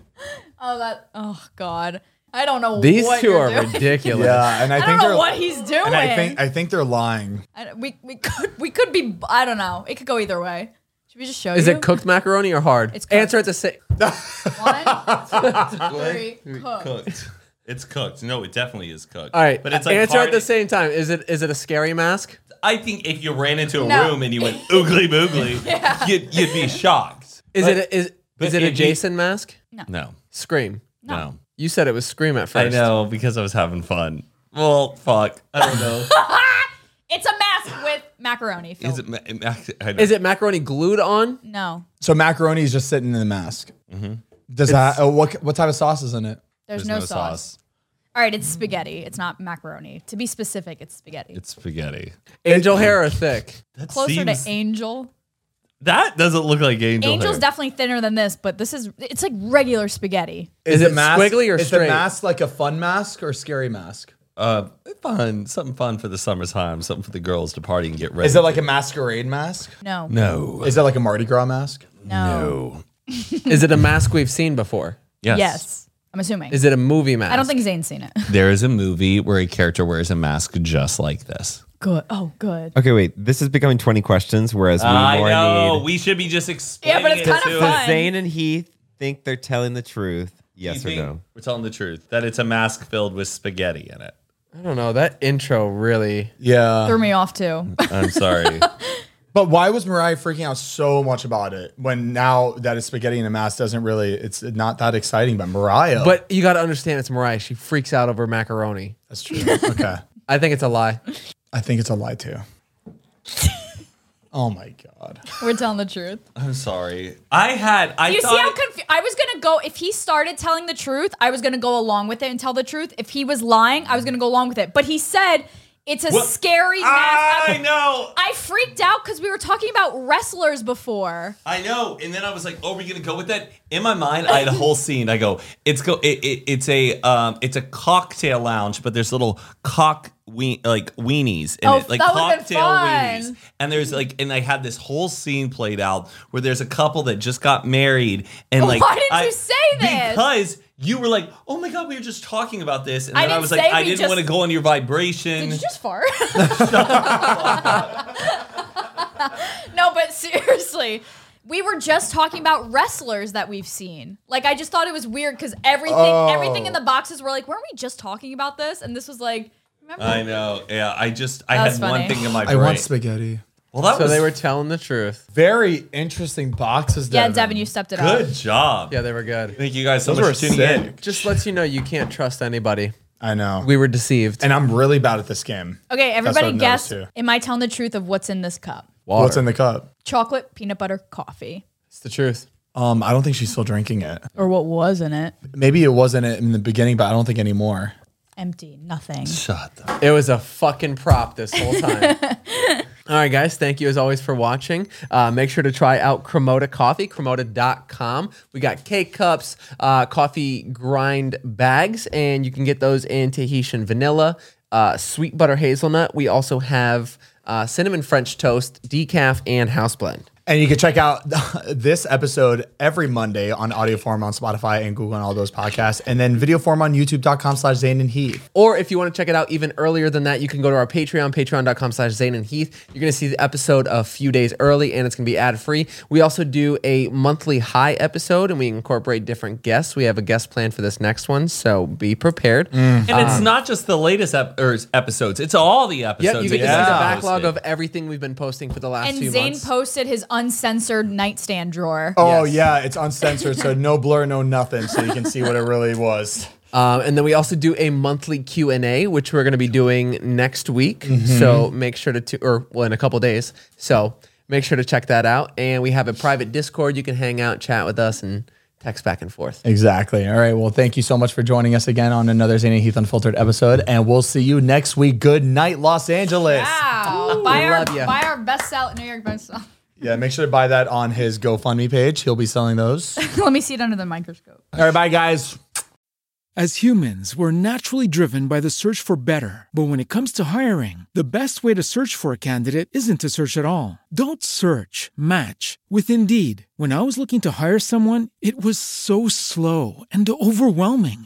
S4: Oh, that. Oh God, I don't know.
S5: These
S4: what
S5: 2
S4: you're
S5: are
S4: doing.
S5: ridiculous.
S2: Yeah, and I,
S4: I
S2: think
S4: don't know
S2: they're
S4: what he's doing.
S2: and I think I think they're lying.
S4: I don't- we we could we could be. I don't know. It could go either way. Should we just show
S5: Is
S4: you?
S5: it cooked macaroni or hard?
S4: It's cooked.
S5: Answer at the same.
S4: One, two, three, cooked.
S3: Cooked. It's cooked. No, it definitely is cooked.
S5: All right,
S3: but it's like
S5: answer
S3: hard
S5: at the
S3: to-
S5: same time. Is it is it a scary mask?
S3: I think if you ran into a
S4: No.
S3: room and you went oogly boogly, you'd, you'd be shocked.
S5: Is it is
S3: but
S5: is it a
S3: it'd be-
S5: Jason mask?
S3: No,
S5: Scream.
S3: no.
S5: You said it was scream at
S3: I
S5: first.
S3: know because I was having fun. Well, fuck. I don't know.
S4: It's a mask with macaroni. Filled.
S3: is it? ma- ma- I don't-
S5: Is it macaroni glued on?
S4: No,
S2: So macaroni is just sitting in the mask. Does that oh, what what type of sauce is in it?
S4: there's, no, sauce. All right, it's spaghetti. It's not macaroni. To be specific, it's spaghetti.
S3: It's spaghetti.
S5: Angel hair or thick?
S3: That
S4: Closer
S3: seems-
S4: to angel.
S3: That doesn't look like angel.
S4: Angel's
S3: hair.
S4: definitely thinner than this, but this is it's like regular spaghetti.
S5: Is it squiggly or
S2: is
S5: straight?
S2: the mask like a fun mask or scary mask?
S3: uh, fun. Something fun for the summertime. Something for the girls to party and get ready.
S2: Is it like a masquerade mask?
S4: No,
S3: no?
S2: Is that like a Mardi Gras mask?
S3: No.
S4: no.
S5: Is it a mask we've seen before?
S3: Yes.
S4: Yes. I'm assuming.
S5: Is it a movie mask?
S4: I don't think Zane's seen it.
S3: There is a movie where a character wears a mask just like this.
S4: Good. Oh, good.
S6: Okay, wait. This is becoming 20 questions, whereas we more need.
S3: We should be just explaining.
S4: Yeah, but it's kind of
S3: to-
S4: fun.
S6: Does Zane and Heath think they're telling the truth? Yes
S3: You
S6: or
S3: think
S6: no?
S3: We're telling the truth that it's a mask filled with spaghetti in it.
S5: I don't know. That intro really.
S2: Yeah.
S4: Threw me off too.
S3: I'm sorry.
S2: But why was Mariah freaking out so much about it when now that it's spaghetti in a mask doesn't really, it's not that exciting, but Mariah.
S5: But you got to understand, it's Mariah. She freaks out over macaroni.
S2: that's true. Okay.
S5: I think it's a lie.
S2: I think it's a lie too. oh my God.
S4: We're telling the truth.
S3: I'm sorry. I had. I
S4: You see
S3: thought
S4: how confused I was gonna go if he started telling the truth, I was gonna go along with it and tell the truth. If he was lying, I was gonna go along with it. But he said it's a
S3: Well,
S4: scary mask.
S3: I know.
S4: I freaked out because we were talking about wrestlers before.
S3: I know. And then I was like, "Oh, we're gonna go with that." In my mind, I had a whole scene. I go, "It's go. It, it, it's a um. It's a cocktail lounge, but there's little cock ween like weenies in
S4: Oh,
S3: it, like
S4: that would've been fun.
S3: weenies." And there's like, and I had this whole scene played out where there's a couple that just got married, and like,
S4: Why didn't
S3: I-
S4: you say this?
S3: Because you were like, "Oh my god, we were just talking about this," and
S4: I
S3: then I,
S4: didn't
S3: was
S4: say
S3: like, "I
S4: we
S3: didn't
S4: just-
S3: want to go on your vibration."
S4: Did you just fart? no, but seriously, we were just talking about wrestlers that we've seen. Like, I just thought it was weird because everything, everything in the boxes were like, weren't we just talking about this? And this was like, remember?
S3: I know. Yeah, I just I
S4: That
S3: had
S4: was
S3: one
S4: funny.
S3: thing in my
S2: I
S3: brain.
S2: want spaghetti.
S3: well, that
S5: So
S3: was
S5: they were telling the truth.
S2: Very interesting boxes.
S4: yeah, Devin, you stepped it up.
S3: good job.
S5: Yeah, they were good.
S3: Thank you guys so
S2: Those were
S3: much for tuning in.
S2: sick.
S5: Just lets you know you can't trust anybody.
S2: I know.
S5: We were deceived.
S2: and I'm really bad at this game.
S4: Okay,
S2: what
S4: everybody
S2: I've
S4: guess.
S2: noticed
S4: Am I telling the truth of what's in this cup?
S5: Water.
S2: What's in the cup?
S4: Chocolate, peanut butter, coffee.
S5: It's the truth.
S2: Um, I don't think she's still drinking it.
S4: Or what was in it?
S2: Maybe it wasn't it in the beginning, but I don't think anymore.
S4: Empty, nothing.
S5: It was a fucking prop this whole time. All right, guys. Thank you as always for watching. Uh, make sure to try out Cremota Coffee, cremota.com. We got K cups, uh, coffee grind bags, and you can get those in Tahitian vanilla, uh, sweet butter hazelnut. We also have uh, cinnamon French toast, decaf, and house blend.
S2: And you can check out this episode every Monday on audio form on Spotify and Google and all those podcasts, and then video form on youtube.com slash Zane and Heath.
S5: Or if you want to check it out even earlier than that, you can go to our Patreon, patreon.com slash Zane and Heath. You're going to see the episode a few days early and it's going to be ad free. We also do a monthly high episode and we incorporate different guests. We have a guest plan for this next one, so be prepared.
S3: And it's not just the latest ep- or episodes; it's all the
S5: Yep,
S3: episodes.
S5: you get
S3: that
S5: to see the
S3: guys
S5: backlog
S3: posted.
S5: of everything we've been posting for the last
S4: And
S5: few
S4: Zane
S5: months.
S4: posted his uncensored nightstand drawer.
S2: Oh,
S5: Yes.
S2: yeah, it's uncensored, so no blur, no nothing, so you can see what it really was.
S5: Um, and then we also do a monthly Q and A, which we're going to be doing next week. So make sure to, tu- or well, in a couple days. So make sure to check that out. And we have a private Discord. You can hang out, chat with us, and text back and forth.
S2: Exactly. All right. Well, thank you so much for joining us again on another Zane and Heath Unfiltered episode, and we'll see you next week. Good night, Los Angeles.
S4: Wow. buy, our,
S5: love ya.
S4: buy our best sell New York best sell.
S2: Yeah, make sure to buy that on his GoFundMe page. He'll be selling those.
S4: Let me see it under the microscope.
S2: All right, bye, guys.
S8: As humans, we're naturally driven by the search for better. But when it comes to hiring, the best way to search for a candidate isn't to search at all. Don't search, match with Indeed. When I was looking to hire someone, it was so slow and overwhelming.